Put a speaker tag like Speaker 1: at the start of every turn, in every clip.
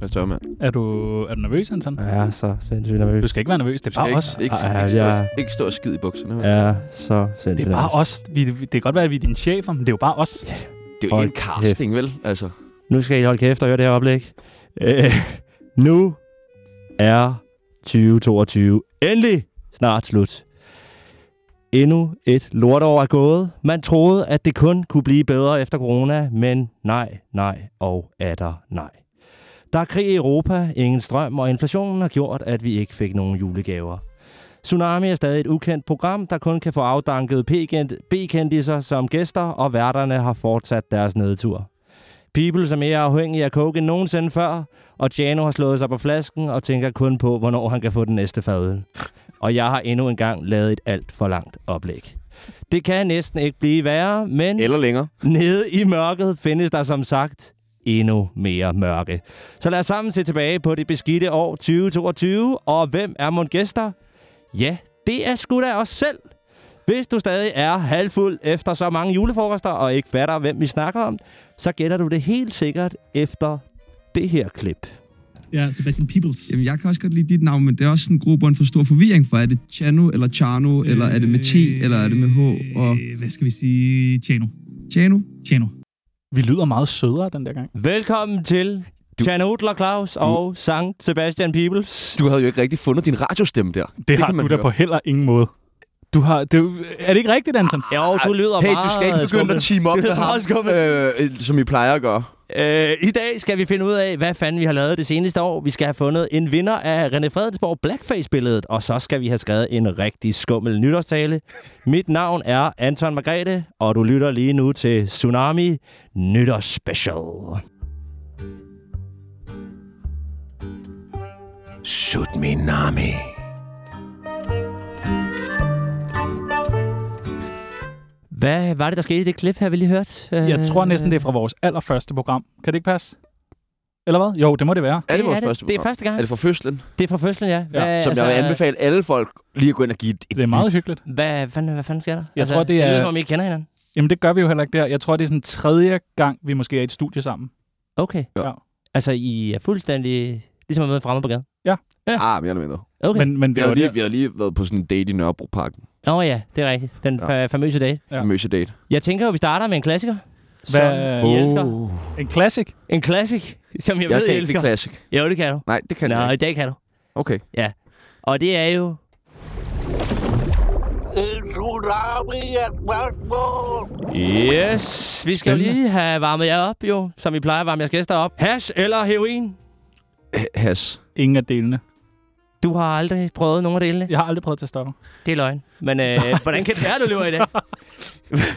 Speaker 1: Mads Tørmand.
Speaker 2: Er du, er du nervøs, Anton?
Speaker 3: Jeg er så sindssygt nervøs.
Speaker 2: Du skal ikke være nervøs, det er bare
Speaker 1: ikke,
Speaker 2: os.
Speaker 1: Ikke,
Speaker 3: Ej,
Speaker 1: ikke, ikke,
Speaker 3: jeg-
Speaker 1: stå, ikke stå og skide i bukserne. vel?
Speaker 3: Jeg er så sindssygt
Speaker 2: Det er bare
Speaker 3: nervøs.
Speaker 2: os. Vi, det kan godt være, at vi er dine chefer, men det er jo bare os.
Speaker 1: Det er jo ikke en
Speaker 3: Hold
Speaker 1: casting, vel? Altså,
Speaker 3: Nu skal I holde kæft og høre det her oplæg. Øh, nu er 2022 endelig snart slut. Endnu et lortår er gået. Man troede, at det kun kunne blive bedre efter corona, men nej, nej og atter nej. Der er krig i Europa, ingen strøm, og inflationen har gjort, at vi ikke fik nogen julegaver. Tsunami er stadig et ukendt program, der kun kan få afdanket P-kend- B-kendiser som gæster, og værterne har fortsat deres nedtur. People, som er afhængig af coke end nogensinde før, og Jano har slået sig på flasken og tænker kun på, hvornår han kan få den næste fadøl. Og jeg har endnu engang lavet et alt for langt oplæg. Det kan næsten ikke blive værre, men...
Speaker 1: eller længere.
Speaker 3: Nede i mørket findes der som sagt endnu mere mørke. Så lad os sammen se tilbage på det beskidte år 2022, og hvem er mon gæster? Ja, det er sgu da os selv. Hvis du stadig er halvfuld efter så mange julefrokoster og ikke fatter, hvem vi snakker om, så gætter du det helt sikkert efter det her klip.
Speaker 2: Ja, Sebastian Peebles.
Speaker 4: Jamen, jeg kan også godt lide dit navn, men det er også sådan en grobund for stor forvirring, for er det Chano eller Chano, øh, eller er det med T, eller er det med H, og
Speaker 2: Øh, Hvad skal vi sige? Tjeno.
Speaker 4: Chano?
Speaker 2: Tjeno. Vi lyder meget sødere den der gang.
Speaker 3: Velkommen til
Speaker 1: Du-
Speaker 3: Jan Odler Claus og Sankt Sebastian Peebles.
Speaker 1: Du havde jo ikke rigtig fundet din radiostemme der.
Speaker 2: Det, det har
Speaker 1: kan man
Speaker 2: du da
Speaker 1: høre.
Speaker 2: på heller ingen måde. Du har, det, er jo- er det ikke rigtigt, Anton?
Speaker 3: Jo, du lyder
Speaker 1: Hey,
Speaker 3: meget
Speaker 1: du skal ikke begynde
Speaker 3: skummel.
Speaker 1: at team op
Speaker 3: Det
Speaker 1: med
Speaker 3: er meget
Speaker 1: ham,
Speaker 3: skummelt.
Speaker 1: øh, som I plejer at gøre.
Speaker 3: Øh, I dag skal vi finde ud af, hvad fanden vi har lavet det seneste år. Vi skal have fundet en vinder af René Fredensborg Blackface-billedet, og så skal vi have skrevet en rigtig skummel nytårstale. Mit navn er Anton Margrethe, og du lytter lige nu til Tsunami Nytårsspecial.
Speaker 1: Sut min nami.
Speaker 3: Hvad var det, der skete i det klip her, vi lige hørte?
Speaker 4: Øh.
Speaker 3: Øh,
Speaker 2: Jeg tror næsten, det er fra vores allerførste program. Kan det ikke passe? Eller hvad? Jo, det må det være.
Speaker 1: Er det vores første
Speaker 3: Det er
Speaker 1: program?
Speaker 3: første gang.
Speaker 1: Er det fra fødslen,
Speaker 3: Det er fra fødslen, ja. altså-
Speaker 2: Ja,
Speaker 1: som jeg vil anbefale alle folk lige at gå ind og give et... et
Speaker 2: Det er meget hyggeligt.
Speaker 3: Hvad fanden, hvad fanden sker der? Altså,
Speaker 2: Jeg tror, det
Speaker 3: Det lyder,
Speaker 2: er-
Speaker 3: som om I ikke kender hinanden.
Speaker 2: Jamen, det gør vi jo heller ikke der. Jeg tror, det er sådan tredje gang, vi måske er i et studie sammen.
Speaker 3: Okay.
Speaker 2: Ja.
Speaker 3: Altså, I er fuldstændig ligesom at møde fremme på gaden.
Speaker 1: Ah, mere eller mindre.
Speaker 3: Okay.
Speaker 2: Men, men
Speaker 1: Vi
Speaker 2: det
Speaker 1: har,
Speaker 2: var
Speaker 1: lige,
Speaker 2: lige...
Speaker 1: vi har lige været på sådan en date i Nørrebroparken.
Speaker 3: Åh oh, ja, det er rigtigt. Den
Speaker 1: Ja.
Speaker 3: ja. famøse dag.
Speaker 2: Ja.
Speaker 1: Ja. Møse-date.
Speaker 3: Jeg tænker, at vi starter med en klassiker.
Speaker 2: Hvad-
Speaker 3: Som I elsker.
Speaker 1: Oh.
Speaker 2: en classic.
Speaker 3: En klassik, som jeg,
Speaker 1: Jeg
Speaker 3: ved, I
Speaker 1: kan ikke
Speaker 3: elsker.
Speaker 1: det classic.
Speaker 3: jo, det kan du.
Speaker 1: Nej, det kan
Speaker 3: Nå,
Speaker 1: jeg
Speaker 3: i
Speaker 1: ikke.
Speaker 3: dag kan du.
Speaker 1: Okay.
Speaker 3: Og det er jo... Yes, vi skal jo
Speaker 2: Spændende.
Speaker 3: lige have varmet jer op, jo, som vi plejer at varme jeres gæster op. Hash eller heroin?
Speaker 1: H- Has.
Speaker 2: Ingen af delene.
Speaker 3: Du har aldrig prøvet nogen af delene.
Speaker 2: Jeg har aldrig prøvet at tage stoffer.
Speaker 3: Det er løgn. Men øh, hvordan kan det være, du lever i dag?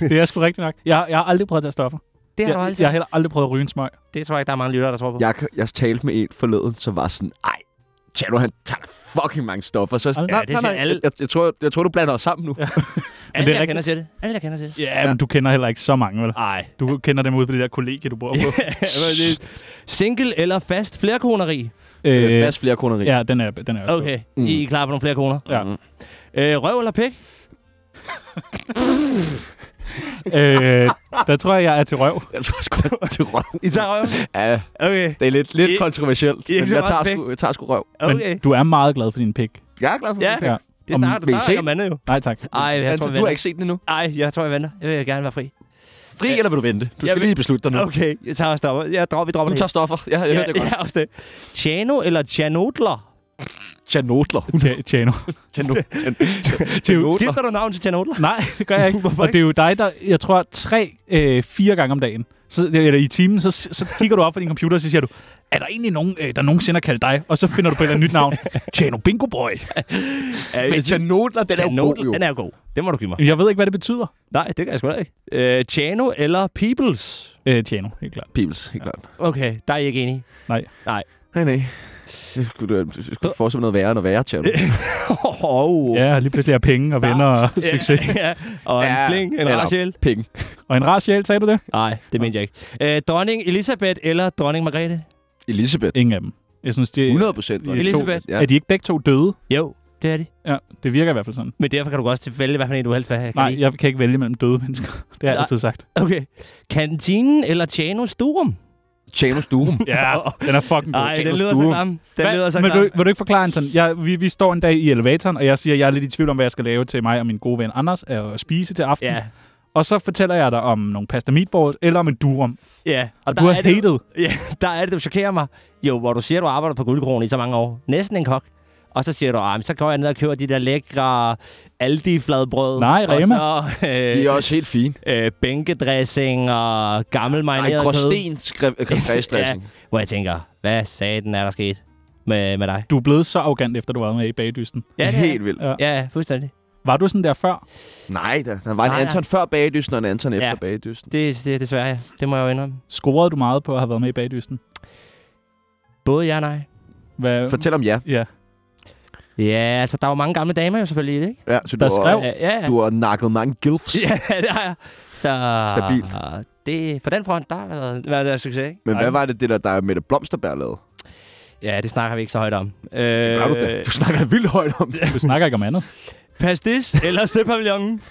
Speaker 2: Det er sgu rigtigt nok. Jeg, jeg har aldrig prøvet at tage stoffer.
Speaker 3: Det har du
Speaker 2: Jeg,
Speaker 3: aldrig.
Speaker 2: jeg har heller aldrig prøvet at ryge en smøg.
Speaker 3: Det tror jeg ikke, der er mange lyttere, der tror på.
Speaker 1: Jeg, kan- jeg talte med en forleden, som var sådan, ej, Tjano, han tager fucking mange stoffer. Så jeg sådan,
Speaker 2: Ja,
Speaker 1: nej,
Speaker 3: det
Speaker 1: nej,
Speaker 3: siger
Speaker 1: nej,
Speaker 3: alle.
Speaker 1: jeg, jeg, jeg, tror, jeg tror, du blander os sammen nu. Ja.
Speaker 3: Alle,
Speaker 2: det er
Speaker 3: jeg
Speaker 2: rigtigt.
Speaker 3: kender til det. Alle, jeg kender til det.
Speaker 2: Ja, men du kender heller ikke så mange, vel?
Speaker 3: Ej.
Speaker 2: Du kender dem ude på det der kollegie, du bor på.
Speaker 3: Single eller fast flerkoneri?
Speaker 2: øh,
Speaker 1: Mads flere koner
Speaker 2: ja, den er, den er også
Speaker 3: Okay,
Speaker 1: Mm.
Speaker 3: I er klar på nogle flere koner.
Speaker 2: Ja.
Speaker 1: Mhm.
Speaker 3: Øh, røv eller pik?
Speaker 2: Øh, der tror jeg, jeg er til røv.
Speaker 1: Jeg tror sgu, jeg tager til røv.
Speaker 3: I tager røven?
Speaker 1: Ja,
Speaker 3: Okay.
Speaker 1: det er lidt, lidt
Speaker 3: I-
Speaker 1: kontroversielt,
Speaker 3: I er ikke
Speaker 1: men
Speaker 3: så
Speaker 1: jeg
Speaker 3: meget
Speaker 1: tager,
Speaker 3: pæk.
Speaker 1: sgu, jeg tager sgu røv.
Speaker 3: Okay.
Speaker 2: Men du er meget glad for din pik.
Speaker 1: Jeg er glad for
Speaker 3: Ja.
Speaker 1: min pik.
Speaker 2: Ja.
Speaker 3: Det
Speaker 1: Om
Speaker 3: starter,
Speaker 1: vi
Speaker 3: du
Speaker 1: ser-
Speaker 3: starter om andet jo.
Speaker 2: Nej, tak.
Speaker 3: Ej, jeg
Speaker 1: Anton,
Speaker 3: tror, jeg
Speaker 1: du har
Speaker 3: venter.
Speaker 1: ikke set den endnu.
Speaker 3: Ej, jeg tror, jeg venter. Jeg vil gerne være fri.
Speaker 1: Fri, eller vil du vente? Du
Speaker 3: Jeg
Speaker 1: skal
Speaker 3: vil-
Speaker 1: lige beslutte dig nu.
Speaker 3: Okay, jeg tager og stopper. Jeg dropper, vi dropper
Speaker 1: Du
Speaker 3: det
Speaker 1: tager stoffer. Jeg, jeg
Speaker 3: helt.
Speaker 1: ja, hørte det
Speaker 3: ja,
Speaker 1: godt.
Speaker 3: ja, også det. Chano eller Chanodler?
Speaker 1: Tjanotler.
Speaker 2: Tja- Tjano.
Speaker 1: Tjanotler.
Speaker 3: Skifter du navn til Chanodler?
Speaker 2: Nej, det gør jeg ikke.
Speaker 3: Hvorfor
Speaker 2: Og det er jo dig, der, jeg tror, tre, øh, fire gange om dagen, så, eller i timen, så, så kigger du op på din computer, og så siger du, er der egentlig nogen, øh, der nogensinde har kaldt dig? Og så finder du på et eller andet nyt navn. Tjano Bingo Boy.
Speaker 1: Men Tjanotler, den er jo god, jo.
Speaker 3: Den er jo god. Det må du give mig.
Speaker 2: Jeg ved ikke, hvad det betyder.
Speaker 3: Nej, det kan jeg sgu da ikke. Øh, Chano eller Peoples?
Speaker 2: Øh, Tjano, helt klart.
Speaker 1: Pibels, helt klart.
Speaker 3: Okay, der er I ikke enige.
Speaker 1: Nej, nej. Det skulle du, du skulle få som noget værre end at være, Tjano.
Speaker 3: Oh.
Speaker 2: Ja, lige pludselig er penge og venner og uh, succes.
Speaker 3: Ja, ja. Og en
Speaker 1: Ja,
Speaker 3: fling, en
Speaker 1: eller-
Speaker 3: Rachel.
Speaker 1: Penge.
Speaker 2: Og en rar sjæl, sagde du det?
Speaker 3: Nej, det mente jeg ikke. Øh, dronning Elisabeth eller dronning Margrethe?
Speaker 1: Elisabeth.
Speaker 2: Ingen af dem. Jeg synes, det
Speaker 1: 100 procent.
Speaker 2: er to-
Speaker 3: Elisabeth.
Speaker 1: Ja.
Speaker 2: Er de ikke begge to døde?
Speaker 3: Jo, det er det.
Speaker 2: Ja, det virker i hvert fald sådan.
Speaker 3: Men derfor kan du også vælge, hvad for en du helst vil have. Kan
Speaker 2: Nej,
Speaker 3: I-
Speaker 2: jeg kan ikke vælge mellem døde mennesker. Det har jeg
Speaker 3: Nej.
Speaker 2: altid sagt.
Speaker 3: Okay. Kantinen eller Tjano Sturum?
Speaker 1: Chanos Doom.
Speaker 2: Ja, den er fucking god.
Speaker 3: Nej,
Speaker 1: Tjek
Speaker 3: den
Speaker 1: nu
Speaker 3: lyder så
Speaker 1: stuen.
Speaker 3: klam. Den
Speaker 2: Hvad-
Speaker 3: lyder så
Speaker 2: men
Speaker 3: klam.
Speaker 2: vil, du- vil du ikke forklare, Anton? Jeg, vi, vi står en dag i elevatoren, og jeg siger, jeg er lidt i tvivl om, hvad jeg skal lave til mig og min gode ven Anders er at spise til aften.
Speaker 3: Ja,
Speaker 2: Og så fortæller jeg dig om nogle pasta meatballs eller om en durum.
Speaker 3: ja. Og,
Speaker 2: Du har
Speaker 3: er det,
Speaker 2: hated.
Speaker 3: Ja, der er det, du chokerer mig. Jo, hvor du siger, du arbejder på guldkronen i så mange år. Næsten en kok. Og så siger du, ah, men så går jeg ned og køber de der lækre Aldi-fladbrød.
Speaker 2: Nej, Rema.
Speaker 3: Og så
Speaker 1: De er
Speaker 3: øh,
Speaker 1: også helt fine.
Speaker 3: øh, bænkedressing og gammel
Speaker 1: Ej,
Speaker 3: marineret
Speaker 1: gråsten kremfræsdressing.
Speaker 3: Hvor jeg tænker, hvad satan er der sket med, med dig?
Speaker 2: Du er blevet så arrogant, efter du var med i bagdysten.
Speaker 1: Ja,
Speaker 3: det er-
Speaker 1: helt vildt.
Speaker 2: Ja.
Speaker 3: Ja, ja, fuldstændig.
Speaker 2: Var du sådan der før?
Speaker 1: Nej, der, der var en
Speaker 3: Nej, nej.
Speaker 1: Anton før bagdysten, og en Anton efter
Speaker 3: Ja.
Speaker 1: bagdysten.
Speaker 3: Det, det, desværre, ja. Det må jeg jo indrømme.
Speaker 2: Scorede du meget på at have været med i bagdysten?
Speaker 3: Både ja og nej.
Speaker 2: Hvad?
Speaker 1: Fortæl om jer.
Speaker 2: Ja.
Speaker 3: Ja, altså, der var mange gamle damer jo selvfølgelig i det, ikke?
Speaker 1: Ja, så du
Speaker 2: Der
Speaker 1: har,
Speaker 2: skrev-
Speaker 3: Ja, ja.
Speaker 1: du har nakket mange gilfs.
Speaker 3: Ja, det har jeg. Så...
Speaker 1: Stabilt.
Speaker 3: Det, på den front, der har været, været, været succes, ikke?
Speaker 1: Men hvad
Speaker 2: Ej.
Speaker 1: var det, det der, der Mette Blomsterberg lavede?
Speaker 3: Ja, det snakker vi ikke så højt om. Øh,
Speaker 1: Gør du det? Du snakker vildt højt om det.
Speaker 2: Du snakker ikke om andet.
Speaker 3: Pastis eller søpavillonen?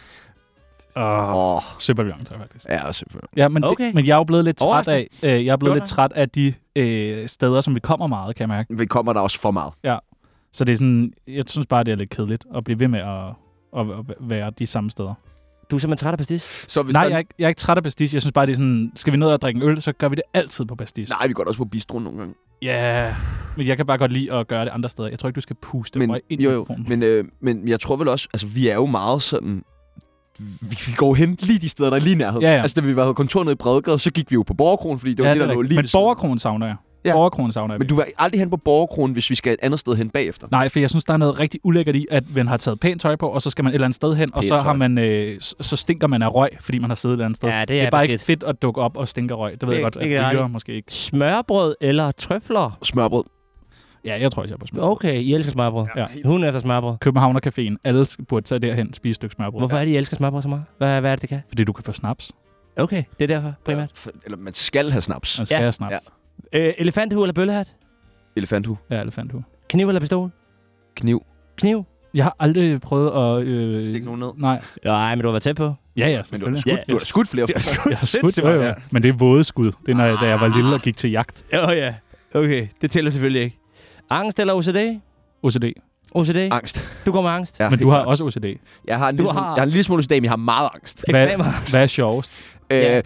Speaker 2: Åh, oh.
Speaker 1: Åh, oh,
Speaker 2: Søpavillon, tror jeg faktisk.
Speaker 1: ja, selvfølgelig.
Speaker 2: Ja, men,
Speaker 3: Okay.
Speaker 2: det, men jeg er jo blevet lidt træt af,
Speaker 3: Overraskende.
Speaker 2: øh, jeg er blevet lidt
Speaker 3: Godt
Speaker 2: træt af de øh, steder, som vi kommer meget, kan jeg mærke.
Speaker 1: Vi kommer der også for meget.
Speaker 2: Så det er sådan, jeg synes bare, det er lidt kedeligt at blive ved med at, at at være de samme steder.
Speaker 3: Du er simpelthen træt af pastis?
Speaker 1: Så hvis
Speaker 2: Nej,
Speaker 1: der...
Speaker 2: jeg er, ikke, jeg er ikke træt af pastis. Jeg synes bare, det er sådan, skal vi ned og drikke en øl, så gør vi det altid på pastis.
Speaker 1: Nej, vi går da også på bistro nogle gange.
Speaker 2: Ja, yeah. men jeg kan bare godt lide at gøre det andre steder. Jeg tror ikke, du skal puste
Speaker 1: men,
Speaker 2: mig ind
Speaker 1: jo,
Speaker 2: i
Speaker 1: jo.
Speaker 2: mikrofonen.
Speaker 1: Men, øh, men jeg tror vel også, altså vi er jo meget sådan... Vi, vi går jo hen lige de steder, der er lige i nærheden.
Speaker 2: Ja, ja.
Speaker 1: Altså, da vi var på kontoret nede i Bredegade, så gik vi jo på Borgerkronen, fordi det var
Speaker 2: ja,
Speaker 1: det,
Speaker 2: er
Speaker 1: der lå
Speaker 2: rigtigt.
Speaker 1: lige
Speaker 2: Men
Speaker 1: ved siden af.
Speaker 2: borgerkronen savner jeg.
Speaker 1: Ja.
Speaker 2: Ja. Borgerkronen savner jeg.
Speaker 1: Men du var aldrig hen på Borgerkronen, hvis vi skal et andet sted hen bagefter.
Speaker 2: Nej, for jeg synes, der er noget rigtig ulækkert i, at man har taget pænt tøj på, og så skal man et eller andet sted hen, og
Speaker 1: Pænt
Speaker 2: så,
Speaker 1: tøj.
Speaker 2: har man, øh, s- så stinker man af røg, fordi man har siddet et eller andet sted.
Speaker 3: Ja, det
Speaker 2: det
Speaker 3: er
Speaker 2: er bare
Speaker 3: beskidt.
Speaker 2: ikke fedt at dukke op og stinke af røg. Det ved
Speaker 3: Det-
Speaker 2: jeg godt, at
Speaker 3: det kan jeg
Speaker 2: ryger
Speaker 3: aldrig.
Speaker 2: måske ikke.
Speaker 3: Smørbrød eller trøfler?
Speaker 1: Smørbrød.
Speaker 2: Ja, jeg tror, jeg er på smør.
Speaker 3: Okay, I elsker smørbrød.
Speaker 2: Ja.
Speaker 3: Hun elsker smørbrød.
Speaker 2: Københavnercaféen. Alle burde tage derhen og spise et stykke smørbrød.
Speaker 3: Hvorfor er det, I elsker smørbrød så meget? Hvad, hvad er det, det kan?
Speaker 2: Fordi du kan få snaps.
Speaker 3: Okay, det er derfor primært.
Speaker 1: For- Eller man skal have snaps.
Speaker 2: Man Altså, skal
Speaker 3: Ja.
Speaker 2: ja. have snaps.
Speaker 1: Ja.
Speaker 2: Ja,
Speaker 3: Øh, elefanthue eller bøllehat?
Speaker 1: Elefanthue.
Speaker 2: ja elefanthu.
Speaker 3: Kniv eller pistol?
Speaker 1: Kniv.
Speaker 3: Kniv?
Speaker 2: Jeg har aldrig prøvet at... Øh...
Speaker 1: Stik nogen ned.
Speaker 2: Nej.
Speaker 3: Nej, men du har været tæt på.
Speaker 2: Ja, ja,
Speaker 1: Men du har da
Speaker 2: selvfølgelig.
Speaker 1: skudt,
Speaker 3: Ja,
Speaker 1: du har da skudt flere.
Speaker 2: Jeg har skudt,
Speaker 3: Sindssygt
Speaker 2: jo, jo.
Speaker 1: meget, ja.
Speaker 2: Men det er våde skud. Det er, når, jeg- da jeg var lille og gik til jagt.
Speaker 3: Ja, ja. Okay, det tæller selvfølgelig ikke. Angst eller OCD?
Speaker 2: OCD.
Speaker 3: OCD?
Speaker 1: Angst.
Speaker 3: Du går med angst.
Speaker 1: Ja,
Speaker 2: Men du
Speaker 1: helt
Speaker 2: har
Speaker 1: klart.
Speaker 2: også OCD.
Speaker 1: Jeg har en
Speaker 3: Du
Speaker 1: lille,
Speaker 3: har-
Speaker 1: har... Jeg har en lille smule OCD, men jeg har meget angst.
Speaker 3: Ekstrem
Speaker 2: Hvad,
Speaker 3: angst.
Speaker 2: hvad er sjovest?
Speaker 1: Øh,
Speaker 3: Ja.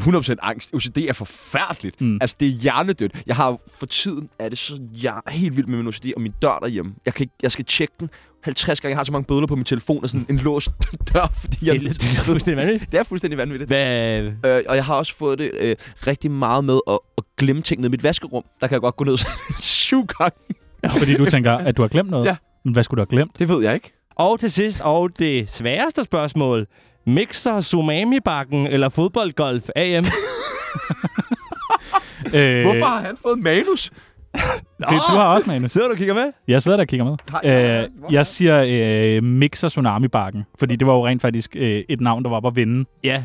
Speaker 1: 100% angst. OCD er forfærdeligt.
Speaker 2: Mm.
Speaker 1: Mm. Altså, det er hjernedødt. Jeg har jo- for tiden, er det så, jeg er helt vild med min OCD og min dør derhjemme. Jeg, kan ikke, jeg skal tjekke den 50 gange. Jeg har så mange bødler på min telefon og sådan en låst dør, fordi jeg...
Speaker 3: Det er lidt- det er fuldstændig vanvittigt.
Speaker 1: Det er fuldstændig vanvittigt.
Speaker 3: Hvad,
Speaker 1: Øh, og jeg har også fået det øh, rigtig meget med at, at glemme ting ned i mit vaskerum. Der kan jeg godt gå ned syv gange.
Speaker 2: Fordi du tænker, at du har glemt noget?
Speaker 1: Ja.
Speaker 2: Men hvad skulle du have glemt?
Speaker 1: Det ved jeg ikke.
Speaker 3: Og til sidst, og det sværeste spørgsmål. Mixer Sumami-bakken eller fodboldgolf AM?
Speaker 2: Øh,
Speaker 1: Hvorfor har han fået manus?
Speaker 2: Det, du har også manus.
Speaker 3: Sidder du og kigger med?
Speaker 2: Jeg sidder der og kigger med.
Speaker 1: Nej, nej, nej.
Speaker 2: Øh, jeg siger øh, Mixer Tsunami-bakken, fordi det var jo rent faktisk øh, et navn, der var oppe at vinde.
Speaker 3: Ja.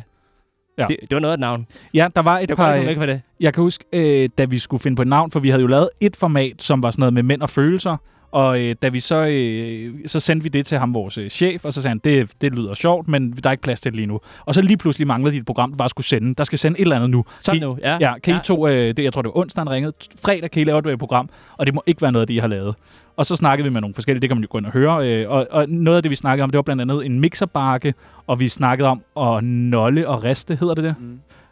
Speaker 2: Ja.
Speaker 3: Det, det var noget af et navn.
Speaker 2: Ja, der var et
Speaker 3: Det var
Speaker 2: par...
Speaker 3: godt, ikke for det.
Speaker 2: jeg kan huske, øh, da vi skulle finde på et navn, for vi havde jo lavet et format, som var sådan noget med mænd og følelser, og øh, da vi så, øh, så sendte vi det til ham, vores øh, chef, og så sagde han, det, det lyder sjovt, men der er ikke plads til det lige nu. Og så lige pludselig manglede de et program, der bare skulle sende. Der skal sende et eller andet nu.
Speaker 3: Sådan
Speaker 2: kan,
Speaker 3: nu, ja.
Speaker 2: Ja, kan
Speaker 3: Ja.
Speaker 2: I to, øh, det, jeg tror det var onsdag, han ringede, T- fredag kan I lave et øh, program, og det må ikke være noget af det, I har lavet. Og så snakkede vi med nogle forskellige, det kan man jo gå ind og høre, øh, og, og noget af det, vi snakkede om, det var blandt andet en mixerbakke, og vi snakkede om at nolle og riste, hedder det det?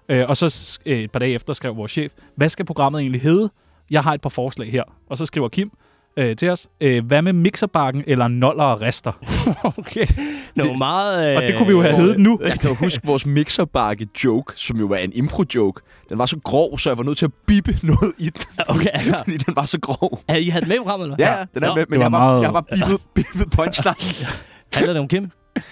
Speaker 2: Øh, og så s- øh, et par dage efter skrev vores chef, hvad skal programmet egentlig hedde? Jeg har et par forslag her. Og så skriver Kim øh, til os, øh, hvad med mixerbakken eller noller og rester?
Speaker 3: Okay. Nogle meget... Øh,
Speaker 2: Og det kunne vi jo have
Speaker 1: hvor-
Speaker 2: heddet nu.
Speaker 1: Jeg kan jo huske vores mixerbakke-joke, som jo var en impro-joke. Den var så grov, så jeg var nødt til at bippe noget i den.
Speaker 3: Okay, altså.
Speaker 1: Fordi den var så grov.
Speaker 3: Havde I havde den med i programmet, eller?
Speaker 1: Ja, den er
Speaker 3: Nå,
Speaker 1: med, men
Speaker 2: var
Speaker 1: jeg var,
Speaker 2: meget-
Speaker 1: jeg var bippet, bippet punchline.
Speaker 3: Handler det om Kim?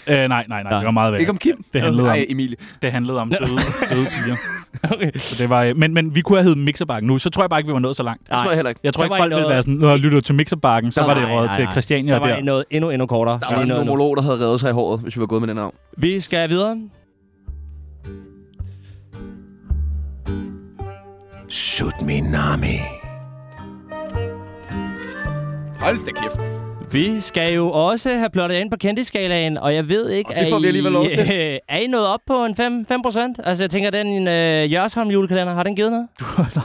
Speaker 2: Øh, nej, nej, nej, det var meget værd.
Speaker 1: Ikke om Kim?
Speaker 2: Det handlede om,
Speaker 1: Nej, Emilie.
Speaker 2: det handlede om døde, døde piger.
Speaker 3: Okay.
Speaker 2: Så det var, øh, men, men vi kunne have heddet mixerbakken nu, så tror jeg bare ikke, vi var nået så langt.
Speaker 1: Det tror jeg heller ikke.
Speaker 2: Jeg tror
Speaker 3: Så
Speaker 2: ikke,
Speaker 3: var I
Speaker 2: folk ville
Speaker 3: noget-
Speaker 2: være sådan, når jeg lytter til mixerbakken, så
Speaker 1: Der
Speaker 2: var
Speaker 1: var-
Speaker 2: det råd til Christiania
Speaker 3: Så var
Speaker 2: der.
Speaker 3: I noget endnu, endnu kortere.
Speaker 1: Der
Speaker 3: Vi
Speaker 1: var
Speaker 3: er
Speaker 1: en
Speaker 3: noget nu.
Speaker 1: nomolog, der havde revet sig i håret, hvis vi var gået med den navn.
Speaker 3: Vi skal videre.
Speaker 1: Sut min nami. Hold da kæft.
Speaker 3: Vi skal jo også have plottet ind på kendtiskalaen, og jeg ved ikke,
Speaker 1: Og det får
Speaker 3: er,
Speaker 1: vi alligevel lov
Speaker 3: I,
Speaker 1: til.
Speaker 3: øh, er I nået op på en 5, 5 procent? Altså, jeg tænker, den øh, Jørsholm julekalender, har den givet noget?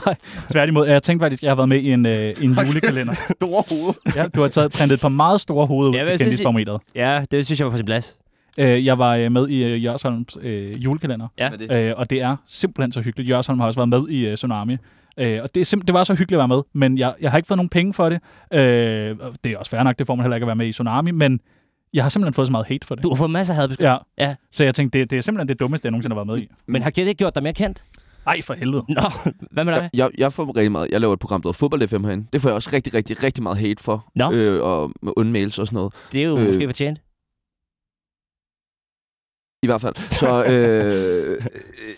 Speaker 2: Nej, tværtimod. Jeg tænkte faktisk, at jeg har været med i en, øh, en julekalender.
Speaker 1: Store hoved.
Speaker 2: Ja, du har taget printet et par meget store hoveder
Speaker 3: Ja,
Speaker 2: ud
Speaker 3: hvad
Speaker 2: til
Speaker 3: synes I?
Speaker 2: kendisbarometeret.
Speaker 3: Ja, det synes jeg var på sin plads.
Speaker 2: Øh, jeg var øh, med i øh, Jørsholms øh, julekalender,
Speaker 3: Ja.
Speaker 1: Hvad er det?
Speaker 2: øh, og det er simpelthen så hyggeligt. Jørsholm har også været med i øh, Tsunami. Øh, og det, er simp- det var så hyggeligt at være med, men jeg, jeg har ikke fået nogen penge for det. Øh, og det er også fair nok, det får man heller ikke at være med i Tsunami, men jeg har simpelthen fået så meget hate for det.
Speaker 3: Du har fået masser af hadbesked.
Speaker 2: Ja.
Speaker 3: Ja.
Speaker 2: Så jeg tænkte, det, det er simpelthen det dummeste, jeg nogensinde har været med i.
Speaker 3: Men har det gjort dig mere kendt?
Speaker 2: Ej, for helvede.
Speaker 3: Nå, hvad med dig?
Speaker 1: Jeg, jeg, jeg får rigtig meget. Jeg laver et program, der hedder Fodbold FM herinde. Det får jeg også rigtig, rigtig, rigtig meget hate for.
Speaker 3: Nå.
Speaker 1: Øh, og med onde mails og sådan noget.
Speaker 3: Det er jo øh.
Speaker 1: Øh.
Speaker 3: måske fortjent.
Speaker 1: I hvert fald. Så øh,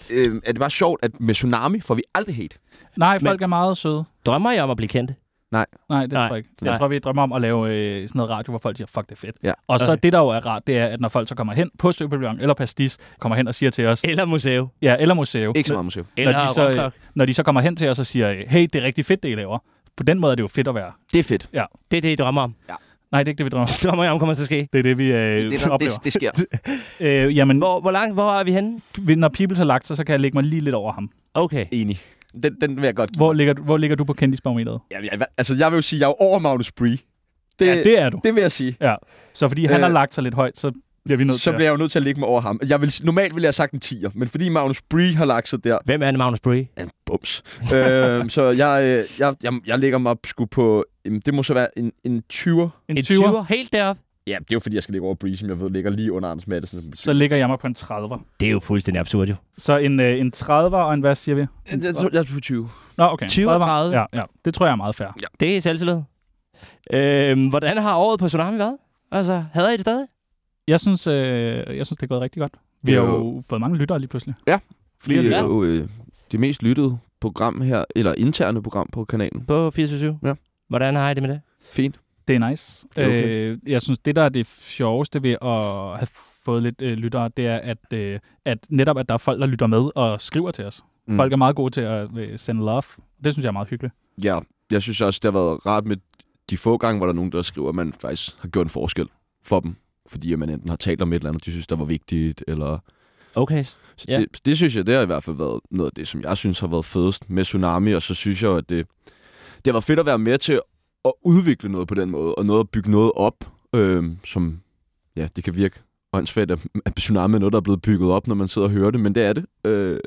Speaker 1: øh, øh, er det bare sjovt, at med Tsunami får vi aldrig hate.
Speaker 2: Nej,
Speaker 3: Men-
Speaker 2: folk er meget søde.
Speaker 3: Drømmer jeg om at blive kendt?
Speaker 2: Nej, det
Speaker 3: Nej,
Speaker 2: tror jeg ikke.
Speaker 3: nej.
Speaker 2: Jeg tror, vi drømmer om at lave øh, sådan noget radio, hvor folk siger, fuck, det er fedt.
Speaker 1: Ja.
Speaker 2: Og så
Speaker 3: Okay.
Speaker 2: det, der jo er rart, det er, at når folk så kommer hen på Søpavillon eller Pastis, kommer hen og siger til os,
Speaker 3: Eller museum?
Speaker 2: ja, eller museum,
Speaker 1: Ikke så meget musik.
Speaker 3: Eller
Speaker 2: de så, øh,
Speaker 3: så,
Speaker 2: når de så kommer hen til os og siger, øh, hey, det er rigtig fedt, det I laver. På den måde er det jo fedt at være.
Speaker 1: Det er fedt.
Speaker 3: Det er det, I drømmer om.
Speaker 2: Nej, det er ikke det, vi drømmer om.
Speaker 3: Drømmer jeg om, kommer til at ske.
Speaker 2: Det er det, vi øh,
Speaker 1: Det, det, det,
Speaker 2: oplever.
Speaker 1: det sker.
Speaker 2: Øh, jamen,
Speaker 3: Hvor, hvor langt, hvor er vi henne?
Speaker 2: p- når Peoples har lagt sig, så kan jeg lægge mig lige lidt over ham.
Speaker 3: Okay.
Speaker 1: Enig. Den, den vil jeg godt give.
Speaker 2: Hvor ligger, du- hvor ligger du på kendisbarometeret?
Speaker 1: Ja, jeg, altså, jeg vil jo sige, at jeg er jo over Magnus Bree. Det,
Speaker 2: Ja, det er du.
Speaker 1: det vil jeg sige.
Speaker 2: Så fordi han
Speaker 1: Øh,
Speaker 2: har lagt sig lidt højt, så bliver vi nødt
Speaker 1: Så
Speaker 2: til
Speaker 1: bliver jeg jo nødt til at ligge mig over ham. Jeg vil, normalt ville jeg have sagt en 10'er, men fordi Magnus Bree har lagt sig der,
Speaker 3: Hvem er det, Magnus Bree?
Speaker 1: en bums. øhm, så jeg, øh, jeg, jeg, jeg lægger mig op sgu på, jamen, det må så være en, en 20'er.
Speaker 2: en 20'er,
Speaker 3: Helt derop.
Speaker 1: Ja, det er jo fordi, jeg skal ligge over Bree, som jeg ved ligger lige under Anders Madsen. som
Speaker 2: så ligger jeg mig på en 30'er.
Speaker 3: Det er jo fuldstændig absurd, jo.
Speaker 2: Så en, øh, en 30'er og en, hvad siger vi?
Speaker 1: Jeg, jeg, jeg er på 20.
Speaker 2: Nå, okay.
Speaker 3: 20 og 30.
Speaker 2: Ja, ja. Det tror jeg er meget fair.
Speaker 3: Det er selvtillid. Øhm, hvordan har året på Tsunami været? Altså, hader I det stadig?
Speaker 2: Jeg synes, øh, jeg synes det er gået rigtig godt. Vi
Speaker 1: Det er
Speaker 2: har jo fået mange lyttere lige pludselig.
Speaker 1: Fordi det
Speaker 3: Ja.
Speaker 1: er jo øh, det mest lyttede program her, eller interne program på kanalen.
Speaker 3: På 87.
Speaker 1: Ja.
Speaker 3: Hvordan har I det med det?
Speaker 1: Fint.
Speaker 2: Det er nice.
Speaker 1: Det er okay.
Speaker 2: Øh, jeg synes, det der er det sjoveste ved at have fået lidt øh, lyttere, det er, at, øh, at netop at der er folk, der lytter med og skriver til os. Mm. Folk er meget gode til at øh, sende love. Det synes jeg er meget hyggeligt.
Speaker 1: Ja, jeg synes også, det har været rart med de få gange, hvor der er nogen, der skriver, at man faktisk har gjort en forskel for dem. Fordi at man enten har talt om et eller andet, de synes, der var vigtigt, eller...
Speaker 3: Okay.
Speaker 1: Så
Speaker 3: Ja.
Speaker 1: ja. det, det, synes jeg, det har i hvert fald været noget af det, som jeg synes har været fedest med Tsunami, og så synes jeg, at det, det har været fedt at være med til at udvikle noget på den måde, og noget at bygge noget op, øhm, som, ja, det kan virke åndssvagt, at, at Tsunami er noget, der er blevet bygget op, når man sidder og hører det, men det er det. Øh,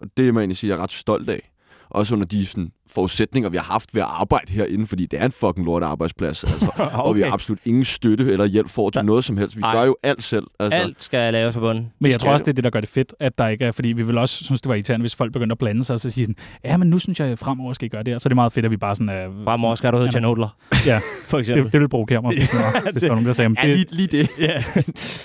Speaker 1: og det må jeg egentlig sige, jeg er ret stolt af. Også under de sådan, forudsætninger, vi har haft ved at arbejde herinde, fordi det er en fucking lort arbejdsplads, altså, okay. og vi har absolut ingen støtte eller hjælp for til
Speaker 3: Der-
Speaker 1: noget som helst. Vi
Speaker 3: Ej.
Speaker 1: gør jo alt selv. Altså.
Speaker 3: Alt skal laves på bunden.
Speaker 2: Men jeg
Speaker 1: skal
Speaker 2: tror også,
Speaker 1: det.
Speaker 2: det er det, der gør det fedt, at der ikke er... Fordi vi vil også synes, det var irriterende, hvis folk begyndte at blande sig og så sige sådan, ja, men nu synes jeg, at fremover skal I gøre det her. Så er det meget fedt, at vi bare sådan er...
Speaker 3: Fremover skal du hedde Jan Hodler.
Speaker 2: Ja.
Speaker 3: For
Speaker 2: det,
Speaker 3: eksempel.
Speaker 2: det ville provokere mig, hvis, der- hvis der var nogen, der sagde, "Men
Speaker 1: Ja,
Speaker 2: det,
Speaker 1: lige, lige det.
Speaker 3: Ja.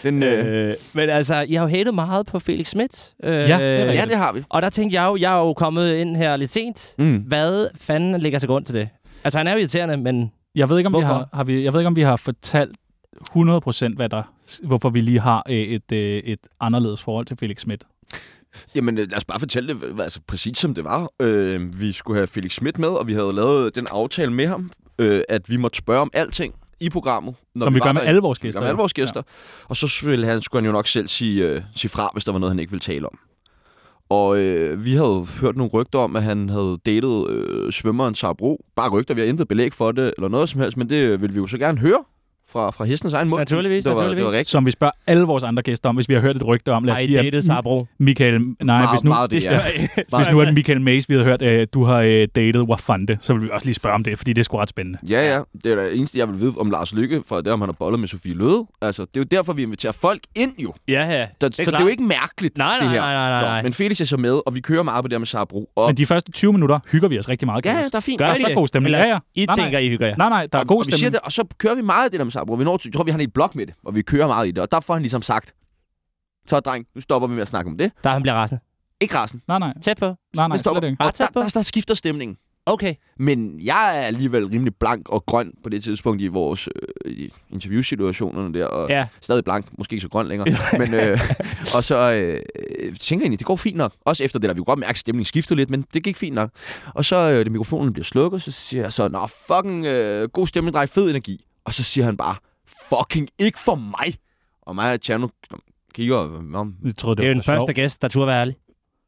Speaker 1: Den, øh,
Speaker 3: øh, men altså, jeg har jo hatet meget på Felix Schmidt. Øh,
Speaker 2: det er rigtigt.
Speaker 1: ja, det har vi.
Speaker 3: Og der tænkte jeg jo, jeg er jo kommet ind her lidt sent.
Speaker 1: Mm.
Speaker 3: Hvad fanden ligger til grund til det? Altså, han er jo irriterende, men
Speaker 2: Jeg ved ikke, om vi
Speaker 3: Hvorfor?
Speaker 2: har, har vi, jeg ved ikke, om vi har fortalt 100% hvad der, hvorfor vi lige har øh, et, øh, et anderledes forhold til Felix Schmidt.
Speaker 1: Jamen, øh, lad os bare fortælle det hvad- altså, præcis, som det var. Øh, vi skulle have Felix Schmidt med, og vi havde lavet den aftale med ham, øh, at vi måtte spørge om alting i programmet. Når
Speaker 2: Som vi,
Speaker 1: var
Speaker 2: gør med
Speaker 1: der-
Speaker 2: alle vores gæster.
Speaker 1: Gæster. Med alle vores gæster. Ja. Og så ville han, skulle han jo nok selv sige, øh, sige fra, hvis der var noget, han ikke ville tale om. Og øh, vi havde hørt nogle rygter om, at han havde datet øh, svømmeren Sabro. Bare rygter, vi har intet belæg for det, eller noget som helst, men det ville vi jo så gerne høre fra, fra hestens egen mund.
Speaker 3: Naturligvis,
Speaker 1: det var,
Speaker 3: naturligvis.
Speaker 1: Det var
Speaker 2: Ja.
Speaker 1: rigtigt.
Speaker 2: Som vi spørger alle vores andre gæster om, hvis vi har hørt et rygte om. Lad os
Speaker 3: ej,
Speaker 2: sige, at
Speaker 3: det er Sabro.
Speaker 2: Michael... Nej,
Speaker 1: Meget-
Speaker 2: hvis nu,
Speaker 1: meget det, ja.
Speaker 2: hvis nu er det Michael Mays, vi havde hørt, at øh, du har øh, datet Wafande, så vil vi også lige spørge om det, fordi det er sgu ret spændende.
Speaker 1: Ja, ja. Det er da det eneste, jeg vil vide om Lars Lykke, for det er, om han har bollet med Sofie Løde. Altså, det er jo derfor, vi inviterer folk ind jo.
Speaker 3: Ja, ja.
Speaker 1: Der, det så det er jo ikke mærkeligt,
Speaker 3: Nej, nej,
Speaker 1: det her.
Speaker 3: nej, nej, nej, nej.
Speaker 1: men Felix er så med, og vi kører meget på det her med Sara Bro. Og,
Speaker 2: Men de første 20 minutter hygger vi os rigtig meget.
Speaker 1: ja,
Speaker 2: Jonas.
Speaker 1: ja, der er fint.
Speaker 3: Gør
Speaker 2: der er
Speaker 1: Og
Speaker 3: I
Speaker 1: så-
Speaker 2: så
Speaker 3: det?
Speaker 2: god stemning.
Speaker 3: Eller-
Speaker 2: Ja, ja.
Speaker 3: I
Speaker 2: Nej, nej.
Speaker 3: tænker, I hygger jer.
Speaker 2: Nej, nej, der er
Speaker 1: og,
Speaker 2: god
Speaker 1: og, vi siger
Speaker 2: stemning.
Speaker 1: det, og så kører vi meget af det der med Sara Bro. Vi når, til- jeg tror, vi har en hel blok med det, og vi kører meget i det. Og der får han ligesom sagt, så dreng, nu stopper vi med at snakke om det.
Speaker 3: Der han bliver rasende.
Speaker 1: Ikke rasen.
Speaker 2: Nej, nej,
Speaker 3: Tæt på.
Speaker 2: nej, nej,
Speaker 1: Men stopper.
Speaker 2: slet ikke.
Speaker 1: Og
Speaker 3: Ah,
Speaker 1: der,
Speaker 3: tæt på.
Speaker 1: der, der, skifter stemningen.
Speaker 3: Okay.
Speaker 1: Men jeg er alligevel rimelig blank og grøn på det tidspunkt i vores øh, i interviewsituationerne der. Og,
Speaker 3: Ja.
Speaker 1: stadig blank, måske ikke så grøn længere. men, øh, og så øh, øh, tænker jeg egentlig, det går fint nok. Også efter det der, vi kunne godt mærke, at stemningen skiftede lidt, men det gik fint nok. Og så, øh, da mikrofonen bliver slukket, så siger jeg så, nå, fucking øh, god stemning, drej, fed energi. Og så siger han bare, fucking ikke for mig. Og mig og Tjerno kigger, og, "Nå,
Speaker 2: Jeg troede, det,
Speaker 3: Det er jo
Speaker 2: var
Speaker 3: den første gæst, der turde være ærlig.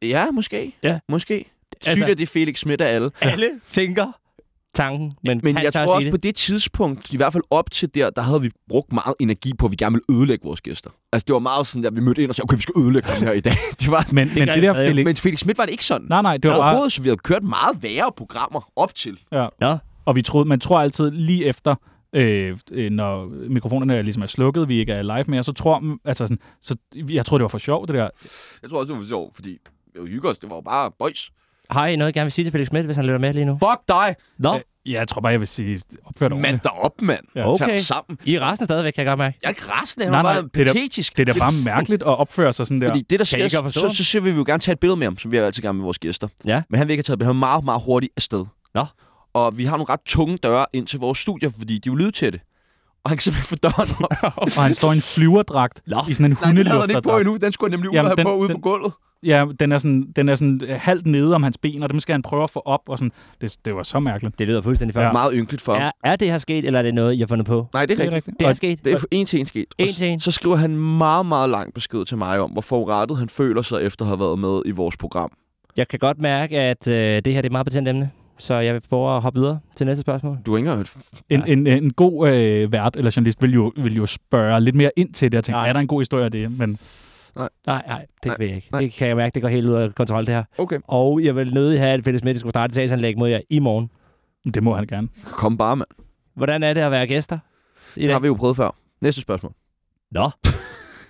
Speaker 1: ja, måske.
Speaker 3: Ja.
Speaker 1: Måske. Sygt,
Speaker 3: Altså-
Speaker 1: altså, at det er Felix Schmidt af alle.
Speaker 3: Alle tænker tanken, men,
Speaker 1: Men
Speaker 3: han
Speaker 1: jeg
Speaker 3: tør
Speaker 1: tror
Speaker 3: sige
Speaker 1: også,
Speaker 3: det.
Speaker 1: på det tidspunkt, i hvert fald op til der, der havde vi brugt meget energi på, at vi gerne ville ødelægge vores gæster. Altså, det var meget sådan, at vi mødte ind og sagde, okay, vi skal ødelægge dem her i dag. Det var,
Speaker 2: Men, men
Speaker 3: gør
Speaker 2: det
Speaker 3: jeg
Speaker 2: der
Speaker 3: stadig.
Speaker 2: Felix...
Speaker 1: men Felix Schmidt var det ikke sådan.
Speaker 2: Nej, nej, det var bare...
Speaker 1: Overhovedet, så vi havde kørt meget værre programmer op til.
Speaker 2: Ja.
Speaker 3: Nå.
Speaker 2: Og vi troede, man tror altid lige efter, øh, øh, når mikrofonerne ligesom er slukket, vi ikke er live mere, så tror man, altså sådan, så jeg tror det var for sjov, det der.
Speaker 1: Jeg tror også, det var for sjovt, fordi det var hygge os. Det var jo bare boys.
Speaker 3: Har I noget, I gerne vil sige til Felix Schmidt, hvis han lytter med lige nu?
Speaker 1: Fuck dig,
Speaker 3: Nå,
Speaker 2: Øh, ja, jeg tror bare, jeg vil sige, opfør dig
Speaker 1: mand
Speaker 2: ordentligt.
Speaker 1: der op, mand.
Speaker 2: Ja.
Speaker 1: Tag
Speaker 3: Okay.
Speaker 1: dig sammen.
Speaker 3: I er resten stadigvæk, kan jeg godt mærke.
Speaker 1: Jeg er ikke resten af
Speaker 2: Nej,
Speaker 1: ham,
Speaker 2: nej,
Speaker 1: bare
Speaker 2: det er da-
Speaker 1: patetisk.
Speaker 2: Det er da bare mærkeligt at opføre sig sådan der.
Speaker 1: Fordi det, der
Speaker 3: I
Speaker 1: sker,
Speaker 3: ikke godt forstå
Speaker 1: så,
Speaker 3: ham?
Speaker 1: så, så vil vi jo gerne tage et billede med ham, som vi jo altid gerne med vores gæster.
Speaker 3: Ja.
Speaker 1: Men han vil ikke have taget et billede. Han er meget, meget hurtigt afsted.
Speaker 3: Nå.
Speaker 1: Og vi har nogle ret tunge døre ind til vores studier, fordi de er jo lydtætte. Og han kan simpelthen få døren op.
Speaker 2: Og han står i en flyverdragt,
Speaker 3: Nå.
Speaker 2: i sådan en
Speaker 1: Nej, den havde han ikke på
Speaker 2: hundelufterdragt.
Speaker 1: endnu. Den skulle han nemlig ud
Speaker 2: Jamen,
Speaker 1: og have
Speaker 2: den-
Speaker 1: på ude
Speaker 2: den-
Speaker 1: på gulvet.
Speaker 2: Ja, den er sådan, den er sådan øh, halvt nede om hans ben, og dem skal han prøve at få op, og sådan, det, det var så mærkeligt.
Speaker 3: Det lyder fuldstændig før.
Speaker 1: Ja.
Speaker 3: Ja.
Speaker 1: Meget ynkeligt for ham.
Speaker 3: Er, er det her sket, eller er det noget, I har fundet på?
Speaker 1: Nej, det er rigtigt.
Speaker 2: rigtigt.
Speaker 3: Det
Speaker 2: Og-
Speaker 3: er sket.
Speaker 1: Det er en til en sket. Og
Speaker 3: En til en.
Speaker 1: Så skriver han en meget, meget lang besked til mig om, hvor forurettet han føler sig efter at have været med i vores program.
Speaker 3: Jeg kan godt mærke, at øh, det her det er et meget betændt emne, så jeg vil prøve at hoppe videre til næste spørgsmål.
Speaker 1: Du har ikke engang hørt...
Speaker 2: En, en, en god øh, vært eller journalist vil jo, vil jo spørge lidt mere ind til det og tænke,
Speaker 3: Nej.
Speaker 2: er der en god historie af det? Men
Speaker 3: Nej, nej, det
Speaker 1: Nej,
Speaker 3: vil jeg ikke.
Speaker 1: nej.
Speaker 3: Det kan jeg mærke, det går helt ud af kontrol, det her.
Speaker 1: Okay.
Speaker 3: Og jeg vil nødig have, at Felix Mette skulle starte et sagsanlæg mod jer i morgen.
Speaker 2: det må han gerne.
Speaker 1: Kom bare, mand.
Speaker 3: Hvordan er det at være gæster? I
Speaker 1: Det
Speaker 3: dag?
Speaker 1: har vi jo prøvet før. Næste spørgsmål.
Speaker 3: Nå,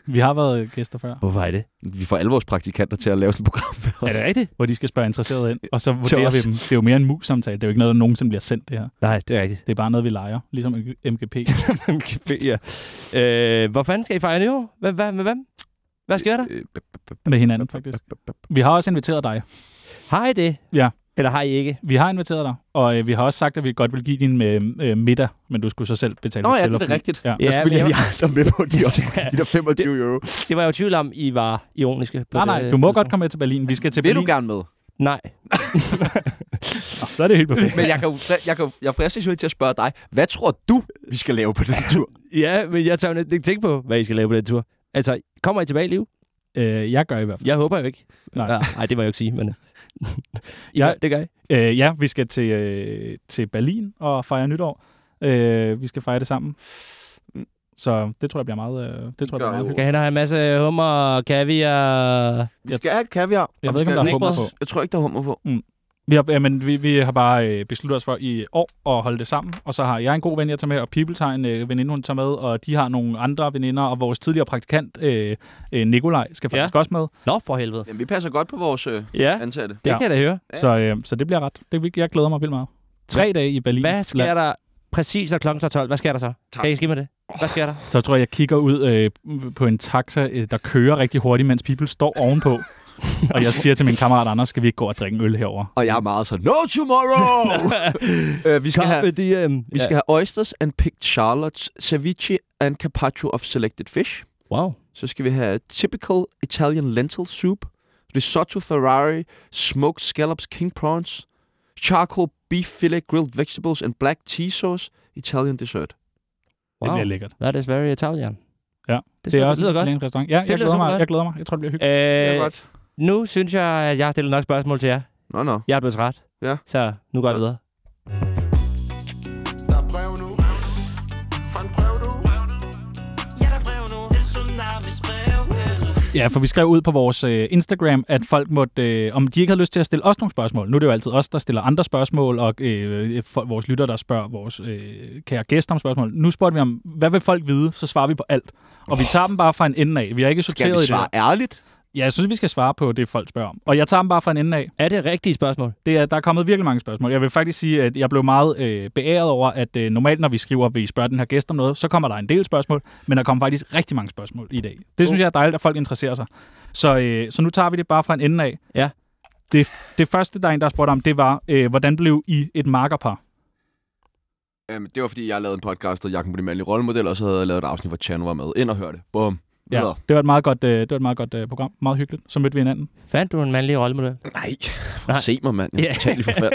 Speaker 2: Vi har været gæster før.
Speaker 3: hvorfor er det?
Speaker 1: Vi får alle vores praktikanter til at lave sådan et program med
Speaker 3: Er
Speaker 1: os.
Speaker 3: det rigtigt?
Speaker 2: hvor de skal spørge interesserede ind, og så
Speaker 1: Til
Speaker 2: vurderer vi
Speaker 1: os.
Speaker 2: dem. Det er jo mere en mus-samtale. Det er jo ikke noget, der nogensinde bliver sendt, det her.
Speaker 3: Nej, det er rigtigt.
Speaker 2: Det er bare noget, vi leger, ligesom MGP.
Speaker 3: ja. øh, hvor fanden skal I fejre nyår? Hvem, hvad, med hvem? Hvad sker der?
Speaker 1: Øh, b- b- b-
Speaker 2: Med hinanden, faktisk. Vi har også inviteret dig.
Speaker 3: Har I det?
Speaker 2: Ja.
Speaker 3: Eller har I ikke?
Speaker 2: Vi har inviteret dig, og øh, vi har også sagt, at vi godt vil give din øh, øh, middag, men du skulle så selv betale
Speaker 1: Nå
Speaker 2: for
Speaker 1: ja,
Speaker 2: til
Speaker 1: det er
Speaker 2: og fra.
Speaker 1: rigtigt.
Speaker 2: Ja.
Speaker 1: Ja, jeg
Speaker 3: men
Speaker 1: ville
Speaker 3: jeg,
Speaker 1: have de andre med på, de, også, de der 25 euro.
Speaker 3: det var jeg jo i tvivl om, I var ironiske. På
Speaker 2: Nej,
Speaker 3: det
Speaker 2: nej, du må
Speaker 3: tidspunkt.
Speaker 2: godt komme med til Berlin. Vi skal til
Speaker 1: Vil du
Speaker 2: Berlin.
Speaker 1: gerne med?
Speaker 3: Nej.
Speaker 2: Nå, så er det helt perfekt.
Speaker 1: Men jeg, kan jo, jeg, kan jo, jeg fristes jo til at spørge dig, hvad tror du, vi skal lave på den tur?
Speaker 3: Ja, men jeg tør jo næsten ikke tænke på, hvad I skal lave på den tur. Altså, kommer I tilbage i liv?
Speaker 2: Øh, jeg gør i hvert fald.
Speaker 3: Jeg håber jo ikke.
Speaker 2: Nej.
Speaker 3: Nej, nej det må jeg jo ikke sige, men... I
Speaker 2: Jeg-
Speaker 3: gør, det gør I.
Speaker 2: Øh, ja, vi skal til, øh, til Berlin og fejre nytår. Øh, vi skal fejre det sammen. Så det tror jeg bliver meget... Øh, det tror jeg
Speaker 1: Gør
Speaker 2: bliver meget
Speaker 1: jo.
Speaker 2: hyggeligt.
Speaker 3: Kan han have en masse hummer, kaviar...
Speaker 1: Vi skal have kaviar.
Speaker 2: Jeg
Speaker 1: og
Speaker 2: ved
Speaker 1: vi
Speaker 2: ikke, om
Speaker 1: skal have
Speaker 2: der er hummer
Speaker 1: Nickels.
Speaker 2: på.
Speaker 1: Jeg tror ikke, der er hummer på.
Speaker 2: Vi har, ja, men vi, vi har bare øh, besluttet os for i år at holde det sammen, og så har jeg en god ven, jeg tager med, og Pibel tager en øh, veninde, hun tager med, og de har nogle andre veninder, og vores tidligere praktikant, øh, øh, Nikolaj, skal
Speaker 3: Ja.
Speaker 2: faktisk ja. også med.
Speaker 3: Nå, for helvede.
Speaker 1: Jamen, vi passer godt på vores øh,
Speaker 3: Ja,
Speaker 1: ansatte.
Speaker 3: det
Speaker 2: Ja.
Speaker 3: ja. kan jeg da høre.
Speaker 1: Ja.
Speaker 2: Så, øh, så det bliver ret. Det, vil- jeg glæder mig vildt meget. Tre dage i Berlin.
Speaker 3: Hvad sker der præcis, når klokken slår 12? Hvad sker der så?
Speaker 1: Tak.
Speaker 3: Kan I skive mig det? Hvad sker der?
Speaker 2: Så tror jeg, jeg kigger ud øh, på en taxa, øh, der kører rigtig hurtigt, mens Pibel står ovenpå. og jeg siger til min kammerat Anders, skal vi ikke gå og drikke en øl herover?
Speaker 1: Og jeg er meget så, no tomorrow! øh, vi skal have
Speaker 3: de, øhm,
Speaker 1: Vi skal have oysters and picked charlottes, ceviche and carpaccio of selected fish.
Speaker 3: Wow.
Speaker 1: Så skal vi have typical Italian lentil soup, risotto Ferrari, smoked scallops king prawns, charcoal beef fillet, grilled vegetables and black tea sauce, Italian dessert.
Speaker 2: Det
Speaker 3: wow.
Speaker 2: bliver lækkert.
Speaker 3: That is very Italian.
Speaker 2: Ja.
Speaker 3: Det,
Speaker 2: Det er
Speaker 3: smager-
Speaker 2: også en
Speaker 3: lyder godt.
Speaker 2: italiensk restaurant. Ja, jeg
Speaker 3: lyder
Speaker 2: glæder, mig,
Speaker 3: supergodt.
Speaker 2: jeg glæder mig. Jeg tror, det bliver hyggeligt.
Speaker 1: Det er
Speaker 3: Øh,
Speaker 1: godt.
Speaker 3: nu synes jeg, at jeg har stillet nok spørgsmål til jer.
Speaker 1: Nå, nå.
Speaker 3: Jeg er blevet træt.
Speaker 1: Ja.
Speaker 3: Så nu går jeg
Speaker 1: Ja.
Speaker 3: videre.
Speaker 5: Der er brev nu Fra en brev du Ja, der er brev nu Til Tsunamis brevkasse
Speaker 2: Ja, for vi skrev ud på vores øh, Instagram, at folk måtte, øh, om de ikke havde lyst til at stille os nogle spørgsmål. Nu er det jo altid os, der stiller andre spørgsmål, og øh, folk, vores lytter, der spørger vores øh, kære gæster om spørgsmål. Nu spurgte vi om, hvad vil folk vide? Så svarer vi på alt. Og vi tager dem bare fra en ende af. Vi har ikke sorteret
Speaker 1: Skal vi
Speaker 2: i det.
Speaker 1: svare ærligt?
Speaker 2: der. Ja, jeg synes, vi skal svare på det, folk spørger om. Og jeg tager dem bare fra en ende af.
Speaker 3: Er det rigtige spørgsmål?
Speaker 2: Det er, der er kommet virkelig mange spørgsmål. Jeg vil faktisk sige, at jeg blev meget øh, beæret over, at øh, normalt, når vi skriver, at vi spørger den her gæst om noget, så kommer der en del spørgsmål, men der kommer faktisk rigtig mange spørgsmål i dag. Det synes jeg er dejligt, at folk interesserer sig. Så, øh, så nu tager vi det bare fra en ende af.
Speaker 3: Ja.
Speaker 2: Det, det første, der er en, der spurgte om, det var, øh, hvordan blev I et markerpar?
Speaker 1: Øhm, Jamen, det var fordi, jeg lavede en podcast, og Jakob på de mandlige rollemodeller, og så havde jeg lavet et afsnit, hvor Chano var med. Ind og hør det. Bum.
Speaker 2: Ja,
Speaker 1: Nå.
Speaker 2: det var et meget godt, øh, det var et meget godt øh, program. Meget hyggeligt. Så mødte vi hinanden.
Speaker 3: Fandt du en mandlig rollemodel?
Speaker 1: Nej,
Speaker 3: Nej.
Speaker 1: se mig, mand. Jeg er
Speaker 3: Ja.
Speaker 1: totalt i forfald.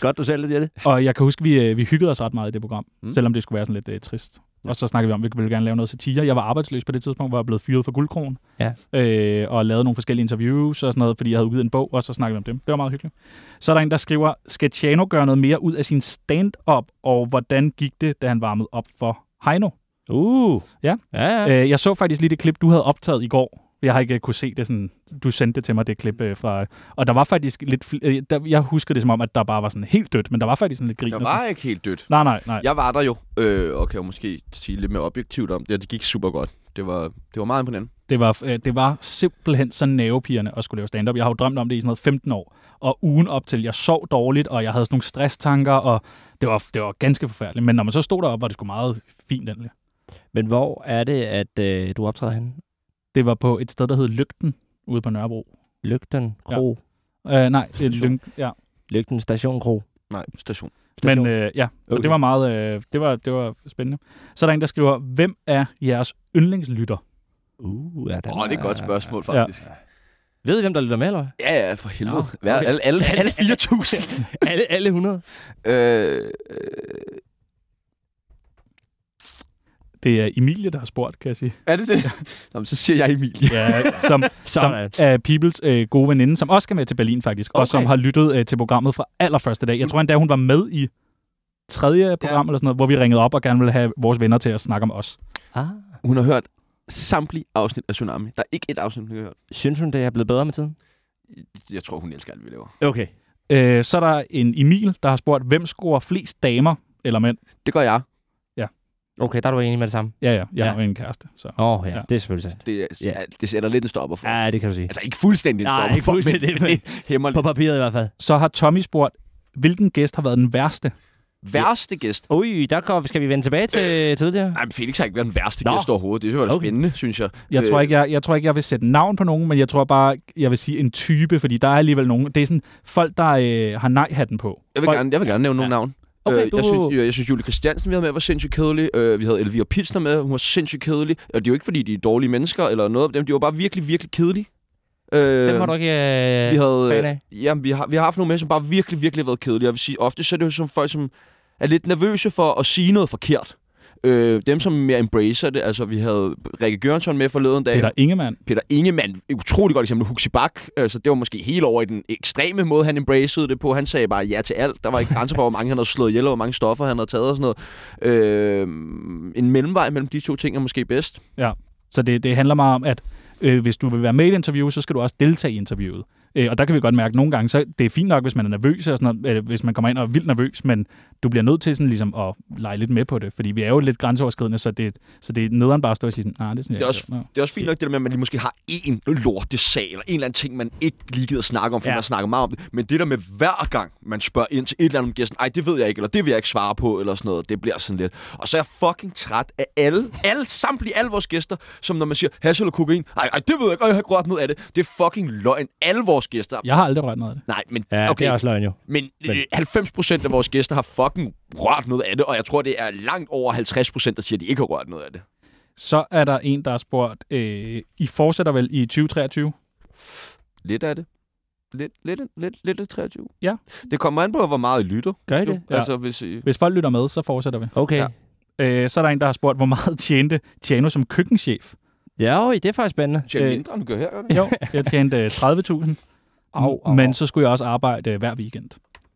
Speaker 3: Godt, du selv siger det.
Speaker 2: Og jeg kan huske, vi, øh, vi hyggede os ret meget i det program,
Speaker 1: Mm.
Speaker 2: mm. selvom det skulle være sådan lidt øh, trist. Og så snakkede vi om, at vi ville gerne lave noget satire. Jeg var arbejdsløs på det tidspunkt, hvor jeg blev fyret fra Guldkron.
Speaker 3: Ja.
Speaker 2: Øh, og lavede nogle forskellige interviews og sådan noget, fordi jeg havde udgivet en bog, og så snakkede vi om dem. Det var meget hyggeligt. Så er der en, der skriver, skal Tjano gøre noget mere ud af sin stand-up, og hvordan gik det, da han varmede op for Heino?
Speaker 3: Uh.
Speaker 2: Ja.
Speaker 3: Ja, ja.
Speaker 2: Øh, jeg så faktisk lige det klip, du havde optaget i går. Jeg har ikke øh, kunne se det sådan, du sendte det til mig, det klip øh, fra... Og der var faktisk lidt... fl- Øh, der, jeg husker det som om, at der bare var sådan helt dødt, men der var faktisk sådan lidt grin.
Speaker 1: Jeg
Speaker 2: og sådan.
Speaker 1: var ikke helt dødt.
Speaker 2: Nej, nej, nej.
Speaker 1: Jeg var der jo, øh, og kan jo måske sige lidt mere objektivt om det, og det gik super godt. Det var, det var meget imponerende.
Speaker 2: Det var, øh, det var simpelthen så nervepirrende at skulle lave stand-up. Jeg har jo drømt om det i sådan noget 15 år. Og ugen op til, jeg sov dårligt, og jeg havde sådan nogle stresstanker, og det var, det var ganske forfærdeligt. Men når man så stod deroppe, var det sgu meget fint endelig.
Speaker 3: Men hvor er det, at øh, du optræder henne?
Speaker 2: Det var på et sted, der hed Lygten, ude på Nørrebro.
Speaker 3: Lygten Kro. Ja.
Speaker 2: Øh, nej, det er
Speaker 1: Station.
Speaker 2: Lyng, ja.
Speaker 3: Lygten Station Kro.
Speaker 1: Nej, station.
Speaker 2: Men øh, ja, så okay.
Speaker 3: Okay.
Speaker 2: det var meget, øh, det, var, det var spændende. Så er der en, der skriver, hvem er jeres yndlingslytter?
Speaker 3: Uh, ja, den
Speaker 1: Åh, oh, det er et godt spørgsmål,
Speaker 2: Ja.
Speaker 1: faktisk.
Speaker 3: Ved I, hvem der lytter med, eller hvad?
Speaker 1: Ja, ja, for helvede.
Speaker 3: Nå,
Speaker 1: Hver,
Speaker 3: okay.
Speaker 1: alle, alle, alle 4.000.
Speaker 3: alle, alle 100.
Speaker 1: øh, øh,
Speaker 2: Det er Emilie, der har spurgt, kan jeg sige.
Speaker 1: er det det? Nå, men så siger jeg Emilie.
Speaker 2: Ja, som, som
Speaker 3: Sådan.
Speaker 2: er Peoples øh, gode veninde, som også skal med til Berlin faktisk, okay. og
Speaker 3: Okay.
Speaker 2: som har lyttet øh, til programmet fra allerførste dag. Jeg tror endda, hun var med i tredje program eller sådan noget, hvor vi ringede op og gerne ville have vores venner til at snakke om os.
Speaker 3: Ah.
Speaker 1: Hun har hørt samtlige afsnit af Tsunami. Der er ikke et afsnit, hun ikke har hørt.
Speaker 3: Synes hun, det er blevet bedre med tiden?
Speaker 1: Jeg tror, hun elsker alt, vi laver.
Speaker 3: Okay.
Speaker 2: Øh, så er der en Emil, der har spurgt, hvem scorer flest damer eller mænd?
Speaker 1: Det gør jeg.
Speaker 3: Okay, der er du enig med det samme.
Speaker 2: Ja, ja, jeg
Speaker 3: Ja.
Speaker 2: har jo en kæreste. Så.
Speaker 3: Åh, oh, ja,
Speaker 2: Ja.
Speaker 3: ja, det er selvfølgelig sandt.
Speaker 1: Det,
Speaker 3: Ja.
Speaker 1: yeah. det sætter lidt en stopper for.
Speaker 3: Ja, det kan du sige.
Speaker 1: Altså ikke fuldstændig en
Speaker 3: Nej,
Speaker 1: stopper
Speaker 3: ikke
Speaker 1: for,
Speaker 3: fuldstændig,
Speaker 1: men, men det hæmmer
Speaker 3: På
Speaker 1: lidt.
Speaker 3: papiret i hvert fald.
Speaker 2: så har Tommy spurgt, hvilken gæst har været den værste?
Speaker 1: Værste gæst.
Speaker 3: Ui, der kom, skal vi vende tilbage til tidligere?
Speaker 1: Nej, men Felix har ikke været den værste
Speaker 3: Nå.
Speaker 1: gæst overhovedet. Det var da
Speaker 3: Okay.
Speaker 1: spændende, synes jeg.
Speaker 2: Jeg tror, ikke, jeg, jeg tror ikke, jeg vil sætte navn på nogen, men jeg tror bare, jeg vil sige en type, fordi der er alligevel nogen. Det er sådan folk, der øh, har nej-hatten på.
Speaker 1: Jeg vil,
Speaker 2: Folk-
Speaker 1: gerne, jeg vil gerne nævne nogle navn.
Speaker 3: Okay,
Speaker 1: øh,
Speaker 3: du-
Speaker 1: jeg, synes, jeg, jeg synes, Julie Christiansen, vi havde med, var sindssygt kedelig. Øh, vi havde Elvira Pilsner med, hun var sindssygt kedelig. Og det er jo ikke, fordi de er dårlige mennesker eller noget af dem. De var bare virkelig, virkelig kedelige. Øh,
Speaker 3: Dem har du ikke... Øh...
Speaker 1: vi havde,
Speaker 3: fan
Speaker 1: øh,
Speaker 3: af?
Speaker 1: jamen, vi, har, vi har haft nogle med, som bare virkelig, virkelig har været kedelige. Og jeg vil sige, ofte så er det jo som folk, som er lidt nervøse for at sige noget forkert. Øh, dem, som mere embracer det. Altså, vi havde Rikke Jørgensen med forleden dag.
Speaker 2: Peter Ingemann.
Speaker 1: Peter Ingemann, et utrolig godt eksempel, Huxi Bak, altså det var måske helt over i den ekstreme måde, han embracede det på. Han sagde bare ja til alt. Der var ikke grænser for, hvor mange han havde slået ihjel, og hvor mange stoffer han havde taget og sådan noget. Øh, en mellemvej mellem de to ting er måske bedst.
Speaker 2: Så det, det handler meget om, at øh, hvis du vil være med i et interview, så skal du også deltage i interviewet. Øh, og der kan vi godt mærke, at nogle gange, så det er fint nok, hvis man er nervøs, og sådan noget, øh, hvis man kommer ind og er vildt nervøs, men du bliver nødt til sådan, ligesom, at lege lidt med på det, fordi vi er jo lidt grænseoverskridende, så det, så det er nederen bare at stå og sige, sådan, nej, det synes jeg
Speaker 1: Det er
Speaker 2: ikke,
Speaker 1: også-
Speaker 2: det er."
Speaker 1: Det er også fint nok det der med, at man lige måske har én lortesag, eller en eller anden ting, man ikke lige gider snakke om, for ja.
Speaker 2: Ja.
Speaker 1: man snakker meget om det. Men det der med hver gang, man spørger ind til et eller andet om gæsten, ej, det ved jeg ikke, eller det vil jeg ikke svare på, eller sådan noget, det bliver sådan lidt. Og så er jeg fucking træt af alle, alle samtlige alle vores gæster, som når man siger hash eller kokain, ej, ej, det ved jeg ikke, og jeg har grønt noget af det. Det er fucking løgn. Alle vores gæster,
Speaker 2: Jeg har aldrig rørt noget af det.
Speaker 1: Nej, men,
Speaker 3: Ja, okay. det
Speaker 1: okay,
Speaker 3: er også løgn jo.
Speaker 1: men,
Speaker 3: men-
Speaker 1: øh, 90% af vores gæster har fucking rørt noget af det, og jeg tror, det er langt over 50%, der siger, at de ikke har rørt noget af det.
Speaker 2: Så er der en, der har spurgt, øh, I fortsætter vel i 2023?
Speaker 1: Lidt af det. Lidt, lidt, lidt, lidt af 23.
Speaker 2: Ja.
Speaker 1: Det kommer an på, hvor meget I lytter.
Speaker 3: Gør I
Speaker 1: jo.
Speaker 3: det?
Speaker 2: Ja.
Speaker 1: Altså, hvis I...
Speaker 2: Hvis folk lytter med, så fortsætter vi.
Speaker 3: Okay.
Speaker 1: Ja.
Speaker 3: Ja.
Speaker 2: Øh, så er der en, der har spurgt, hvor meget tjente Tjano som køkkenchef?
Speaker 3: ja, oj, det er faktisk spændende.
Speaker 1: Tjener
Speaker 2: Øh,
Speaker 1: mindre, end du gør her, gør du ikke?
Speaker 2: Jo, jeg tjente øh, 30.000,
Speaker 3: Au, au,
Speaker 2: men
Speaker 3: au.
Speaker 2: så skulle jeg også arbejde øh, hver weekend.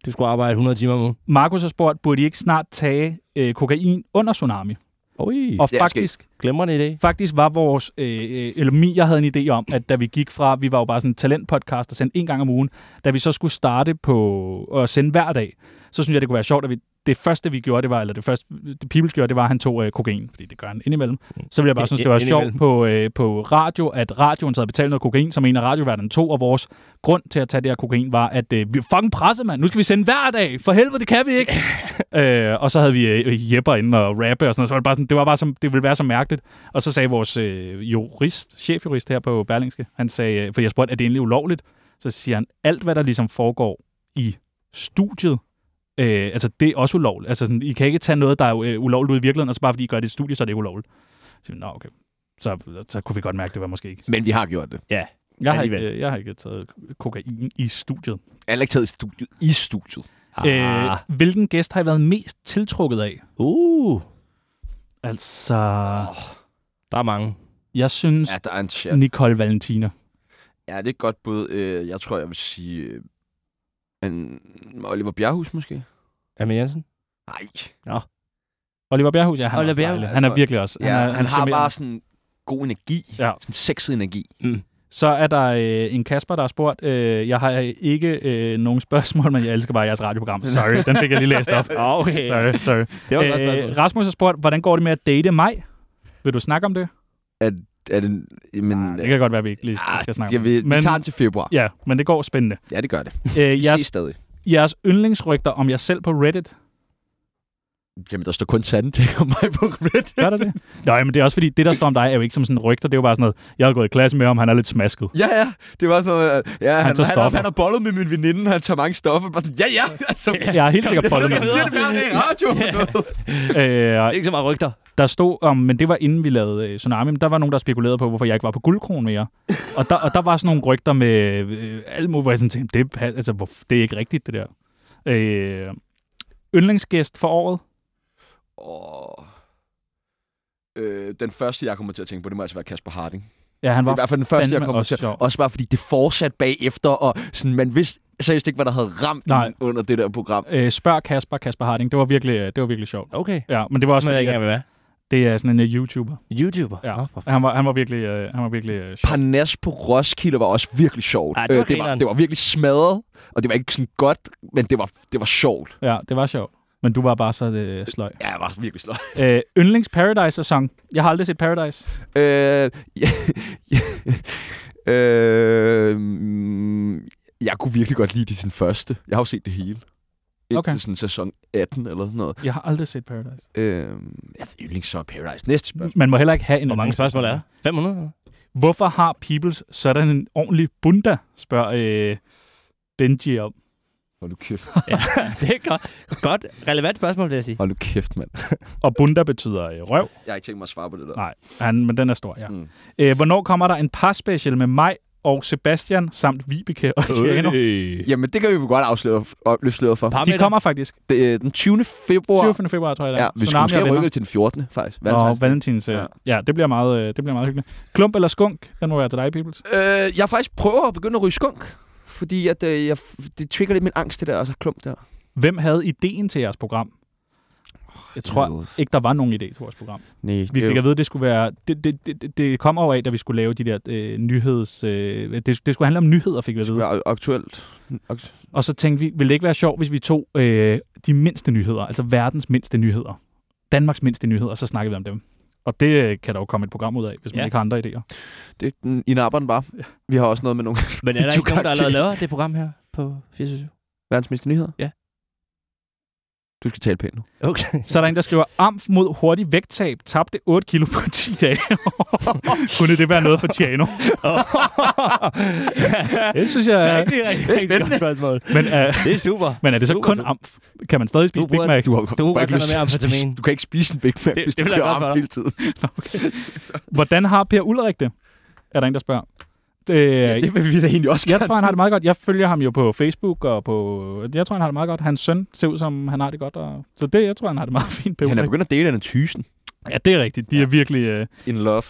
Speaker 3: Du skulle arbejde 100 timer om ugen.
Speaker 2: Markus har spurgt, burde I ikke snart tage øh, kokain under tsunami?
Speaker 3: Oj,
Speaker 2: Og
Speaker 1: skal
Speaker 2: faktisk,
Speaker 3: glemrende idé.
Speaker 2: faktisk var vores, øh, øh, eller min, jeg havde en idé om, at da vi gik fra, vi var jo bare sådan en talentpodcast, der sendte en gang om ugen, da vi så skulle starte på at sende hver dag, så synes jeg, det kunne være sjovt, at vi, det første, vi gjorde, det var, eller det første, det Peoples gjorde, det var, at han tog øh, kokain, fordi det gør han indimellem. Så ville jeg bare synes, det var sjovt
Speaker 3: Indimellem.
Speaker 2: på, øh, på radio, at radioen så havde betalt noget kokain, som en af radioverdenen tog, og vores grund til at tage det her kokain var, at øh, vi er fucking presset, mand. Nu skal vi sende hver dag. For helvede, det kan vi ikke. øh, og så havde vi øh, Jepper inde og rappe og sådan noget. Så var det, bare sådan, det, var bare som, det ville være så mærkeligt. Og så sagde vores øh, jurist, chefjurist her på Berlingske, han sagde, øh, for jeg spurgte, er det egentlig ulovligt? Så siger han, alt hvad der ligesom foregår i studiet, øh, altså det er også ulovligt. Altså sådan, I kan ikke tage noget, der er øh, ulovligt ude i virkeligheden, og så bare fordi I gør det i studiet, så er det ikke ulovligt. Så siger vi, nå okay. så, så kunne vi godt mærke, at det var måske ikke.
Speaker 1: Men vi har gjort det.
Speaker 2: Jeg har,
Speaker 3: Alligevel.
Speaker 2: ikke, jeg har ikke taget ko- kokain i studiet.
Speaker 1: Alle er taget i studiet. I studiet.
Speaker 3: Ah.
Speaker 2: Øh, hvilken gæst har I været mest tiltrukket af?
Speaker 3: Uh,
Speaker 2: Altså,
Speaker 3: der er mange.
Speaker 2: jeg synes
Speaker 1: Ja, der er en chat.
Speaker 2: ja. Nicole Valentina.
Speaker 1: Ja, det er et godt bud. Øh, Jeg tror, jeg vil sige... øh, En Oliver Bjerghus måske?
Speaker 3: Amin Jensen?
Speaker 1: Nej.
Speaker 2: Oliver Bjerghus, ja, han,
Speaker 3: Oliver
Speaker 2: Oliver Bjerghus,
Speaker 3: Bjerghus,
Speaker 2: han er
Speaker 1: tror jeg.
Speaker 2: virkelig også.
Speaker 1: Ja, han,
Speaker 2: er
Speaker 1: han har
Speaker 2: charmerende.
Speaker 1: bare sådan god energi.
Speaker 2: Ja.
Speaker 1: Sådan sexet energi.
Speaker 2: Så er der øh, en Kasper, der har spurgt, øh, jeg har ikke øh, nogen spørgsmål, men jeg elsker bare jeres radioprogram. Sorry, den fik jeg lige læst op.
Speaker 3: Okay.
Speaker 2: Sorry, sorry.
Speaker 3: Det var godt
Speaker 2: Øh,
Speaker 3: spørgsmål.
Speaker 2: Rasmus har spurgt, hvordan går det med at date mig? Vil du snakke om det?
Speaker 1: Er det... Men,
Speaker 2: Nej, det kan godt være, vi ikke lige
Speaker 1: ah,
Speaker 2: skal snakke
Speaker 1: jeg
Speaker 2: om
Speaker 1: vil,
Speaker 2: det.
Speaker 1: men... Vi
Speaker 2: Men,
Speaker 1: tager den til februar.
Speaker 2: ja, men det går spændende.
Speaker 1: Ja, det gør det.
Speaker 2: Øh,
Speaker 1: Vi
Speaker 2: jeres,
Speaker 1: ses stadig.
Speaker 2: jeres yndlingsrygter om jer selv på Reddit,
Speaker 1: Jamen, der står kun sande ting om mig på Reddit.
Speaker 2: gør der det? Nå, men det er også fordi, det der står om dig, er jo ikke som sådan rygter. Det er jo bare sådan noget, jeg har gået i klasse med ham, han er lidt smasket.
Speaker 1: Ja, ja. Det var sådan, at ja, han, han,
Speaker 2: tager
Speaker 1: han, har-
Speaker 2: stoffer.
Speaker 1: han har bollet med min veninde, han tager mange stoffer. Bare sådan, ja, ja. Altså,
Speaker 2: Jeg er helt sikker
Speaker 1: jeg
Speaker 2: på
Speaker 1: sidder og
Speaker 2: det.
Speaker 1: siger det hver dag i radioen.
Speaker 2: Øh,
Speaker 3: Ikke så meget rygter.
Speaker 2: der stod om, men det var inden vi lavede øh, Tsunami, men der var nogen, der spekulerede på, hvorfor jeg ikke var på guldkron mere. Og der, og der var sådan nogle rygter med øh, alt muligt, hvor jeg sådan tænkte, det, er- altså, hvor, det er ikke rigtigt, det der. Øh, yndlingsgæst for året?
Speaker 1: Åh. Øh, den første, jeg kommer til at tænke på, det må altså være Kasper Harding.
Speaker 2: Ja, han
Speaker 1: Det er i
Speaker 2: var
Speaker 1: hvert fald den første, jeg
Speaker 2: fandme
Speaker 1: kommer
Speaker 2: også
Speaker 1: til.
Speaker 2: sjov.
Speaker 1: Også bare fordi det fortsat bagefter, og sådan, man vidste seriøst ikke, hvad der havde ramt
Speaker 2: Nej.
Speaker 1: en under det der program.
Speaker 2: øh, Spørg Kasper, Kasper Harding. Det var virkelig, øh, det var virkelig sjovt.
Speaker 3: Okay.
Speaker 2: Ja, men det var også
Speaker 3: Også med jeg
Speaker 2: fordi,
Speaker 3: ikke
Speaker 2: at
Speaker 3: engang vil være.
Speaker 2: det er sådan en øh, YouTuber.
Speaker 3: YouTuber.
Speaker 2: Ja.
Speaker 3: Nå, for f-
Speaker 2: Han var, han var virkelig, øh, han var virkelig øh, sjov.
Speaker 1: Parnas på Roskilde var også virkelig sjovt. Øh,
Speaker 3: Ej, det var
Speaker 1: det, var,
Speaker 3: grineren.
Speaker 1: det var virkelig smadret, og det var ikke sådan godt, men det var, det var sjovt.
Speaker 2: Ja, det var sjovt. Men du var bare så øh, sløj.
Speaker 1: Ja, det var virkelig sløjt.
Speaker 2: Øh, yndlings Paradise-sæson. Jeg har aldrig set Paradise.
Speaker 1: Øh, ja, øh, mm, jeg kunne virkelig godt lide de sin første. Jeg har jo set det hele. Indtil
Speaker 2: Okay.
Speaker 1: okay. sådan sæson 18 eller sådan noget.
Speaker 2: Jeg har aldrig set Paradise.
Speaker 1: Øh, jeg ved yndlings så Paradise. Næste spørgsmål.
Speaker 2: Man må heller ikke have en
Speaker 3: Hvor mange spørgsmål er der? 500?
Speaker 2: Hvorfor har Peoples sådan en ordentlig bunda, spørger øh, Benji om. Mm.
Speaker 1: Hold nu kæft.
Speaker 3: ja, det er godt. Godt. Relevant spørgsmål, vil jeg sige.
Speaker 1: Hold nu kæft, mand.
Speaker 2: Og bunda betyder øh, røv,
Speaker 1: Jeg har ikke tænkt mig at svare på det der.
Speaker 2: Nej. Han, men den er stor, ja.
Speaker 1: Mm.
Speaker 2: Øh, hvornår kommer der en par special med mig og Sebastian samt Vibeke og Tjano?
Speaker 1: Jamen, det kan vi jo godt afsløre og løfte sløret for.
Speaker 3: Par-
Speaker 2: De kommer faktisk
Speaker 1: Det, er den 20. februar.
Speaker 2: 20. februar, tror jeg det er.
Speaker 1: Ja, vi skulle
Speaker 2: Tsunami
Speaker 1: måske
Speaker 2: og
Speaker 1: rykke
Speaker 2: venner.
Speaker 1: det til den 14. faktisk.
Speaker 2: Og
Speaker 1: Valentinsdag.
Speaker 2: Valentins. Øh, ja.
Speaker 1: Ja.
Speaker 2: ja, det bliver, meget, øh, det bliver meget hyggeligt. Klump eller skunk? Den må være til dig, Peoples.
Speaker 1: Øh, jeg faktisk prøver at begynde at ryge skunk. Fordi at, øh, jeg, f- det trigger lidt min angst, det der, og så klump der.
Speaker 2: Hvem havde ideen til jeres program? Jeg tror ikke, der var nogen idé til vores program.
Speaker 1: Nej,
Speaker 2: Vi fik at vide, at det skulle være... Det, det, det, det kom over af, da vi skulle lave de der øh, nyheds... Øh, det, det skulle handle om nyheder, fik vi at
Speaker 1: Det
Speaker 2: vide.
Speaker 1: var aktuelt. Akt-
Speaker 2: Og så tænkte vi, ville det ikke være sjovt, hvis vi tog øh, de mindste nyheder, altså verdens mindste nyheder, Danmarks mindste nyheder, og så snakkede vi om dem. Og det øh, kan der jo komme et program ud af, hvis man
Speaker 3: Ja.
Speaker 2: ikke har andre idéer.
Speaker 1: Det er den- i napperen bare. Vi har også noget med nogle
Speaker 3: Men er der ikke nogen, der
Speaker 1: Videokarakter.
Speaker 3: allerede laver det program her på 24
Speaker 1: verdens mindste nyheder.
Speaker 3: Ja.
Speaker 1: Du skal tale pænt nu.
Speaker 3: Okay.
Speaker 2: Så er der en, der skriver, Amf mod hurtig vægttab tabte 8 kilo på 10 dage. Kunne det være noget for Tjano? det synes jeg... er-
Speaker 3: rigtig, rigtig, rigtig godt spørgsmål.
Speaker 2: Men, øh,
Speaker 3: Det er super.
Speaker 2: men er det så
Speaker 3: Super,
Speaker 2: kun
Speaker 3: super.
Speaker 2: Amf? Kan man stadig spise
Speaker 3: Du
Speaker 2: Big
Speaker 3: bruger-
Speaker 2: Mac?
Speaker 1: Du har du
Speaker 3: kunne
Speaker 1: har
Speaker 3: godt
Speaker 1: ikke
Speaker 3: lade
Speaker 1: lyst
Speaker 3: være
Speaker 1: til
Speaker 3: med
Speaker 1: at spise-
Speaker 3: amfetamin.
Speaker 1: Du kan ikke spise en Big Mac,
Speaker 3: Det-
Speaker 1: hvis du
Speaker 3: det vil jeg
Speaker 1: kører
Speaker 3: godt
Speaker 1: arm
Speaker 3: for.
Speaker 1: hele tiden.
Speaker 2: Hvordan har Per Ulrik det? Er der en, der spørger. Det, øh,
Speaker 1: Ja, det vil vi da egentlig også
Speaker 2: jeg
Speaker 1: gerne.
Speaker 2: tror, han har det meget godt. Jeg følger ham jo på Facebook og på... Jeg tror, han har det meget godt. Hans søn ser ud som, han har det godt. Og... Så det, jeg tror, han har det meget fint. Per
Speaker 1: Han er
Speaker 2: Ulrik.
Speaker 1: begyndt at dele den tysen.
Speaker 2: Ja, det er rigtigt. De ja. er virkelig... Øh...
Speaker 1: In love.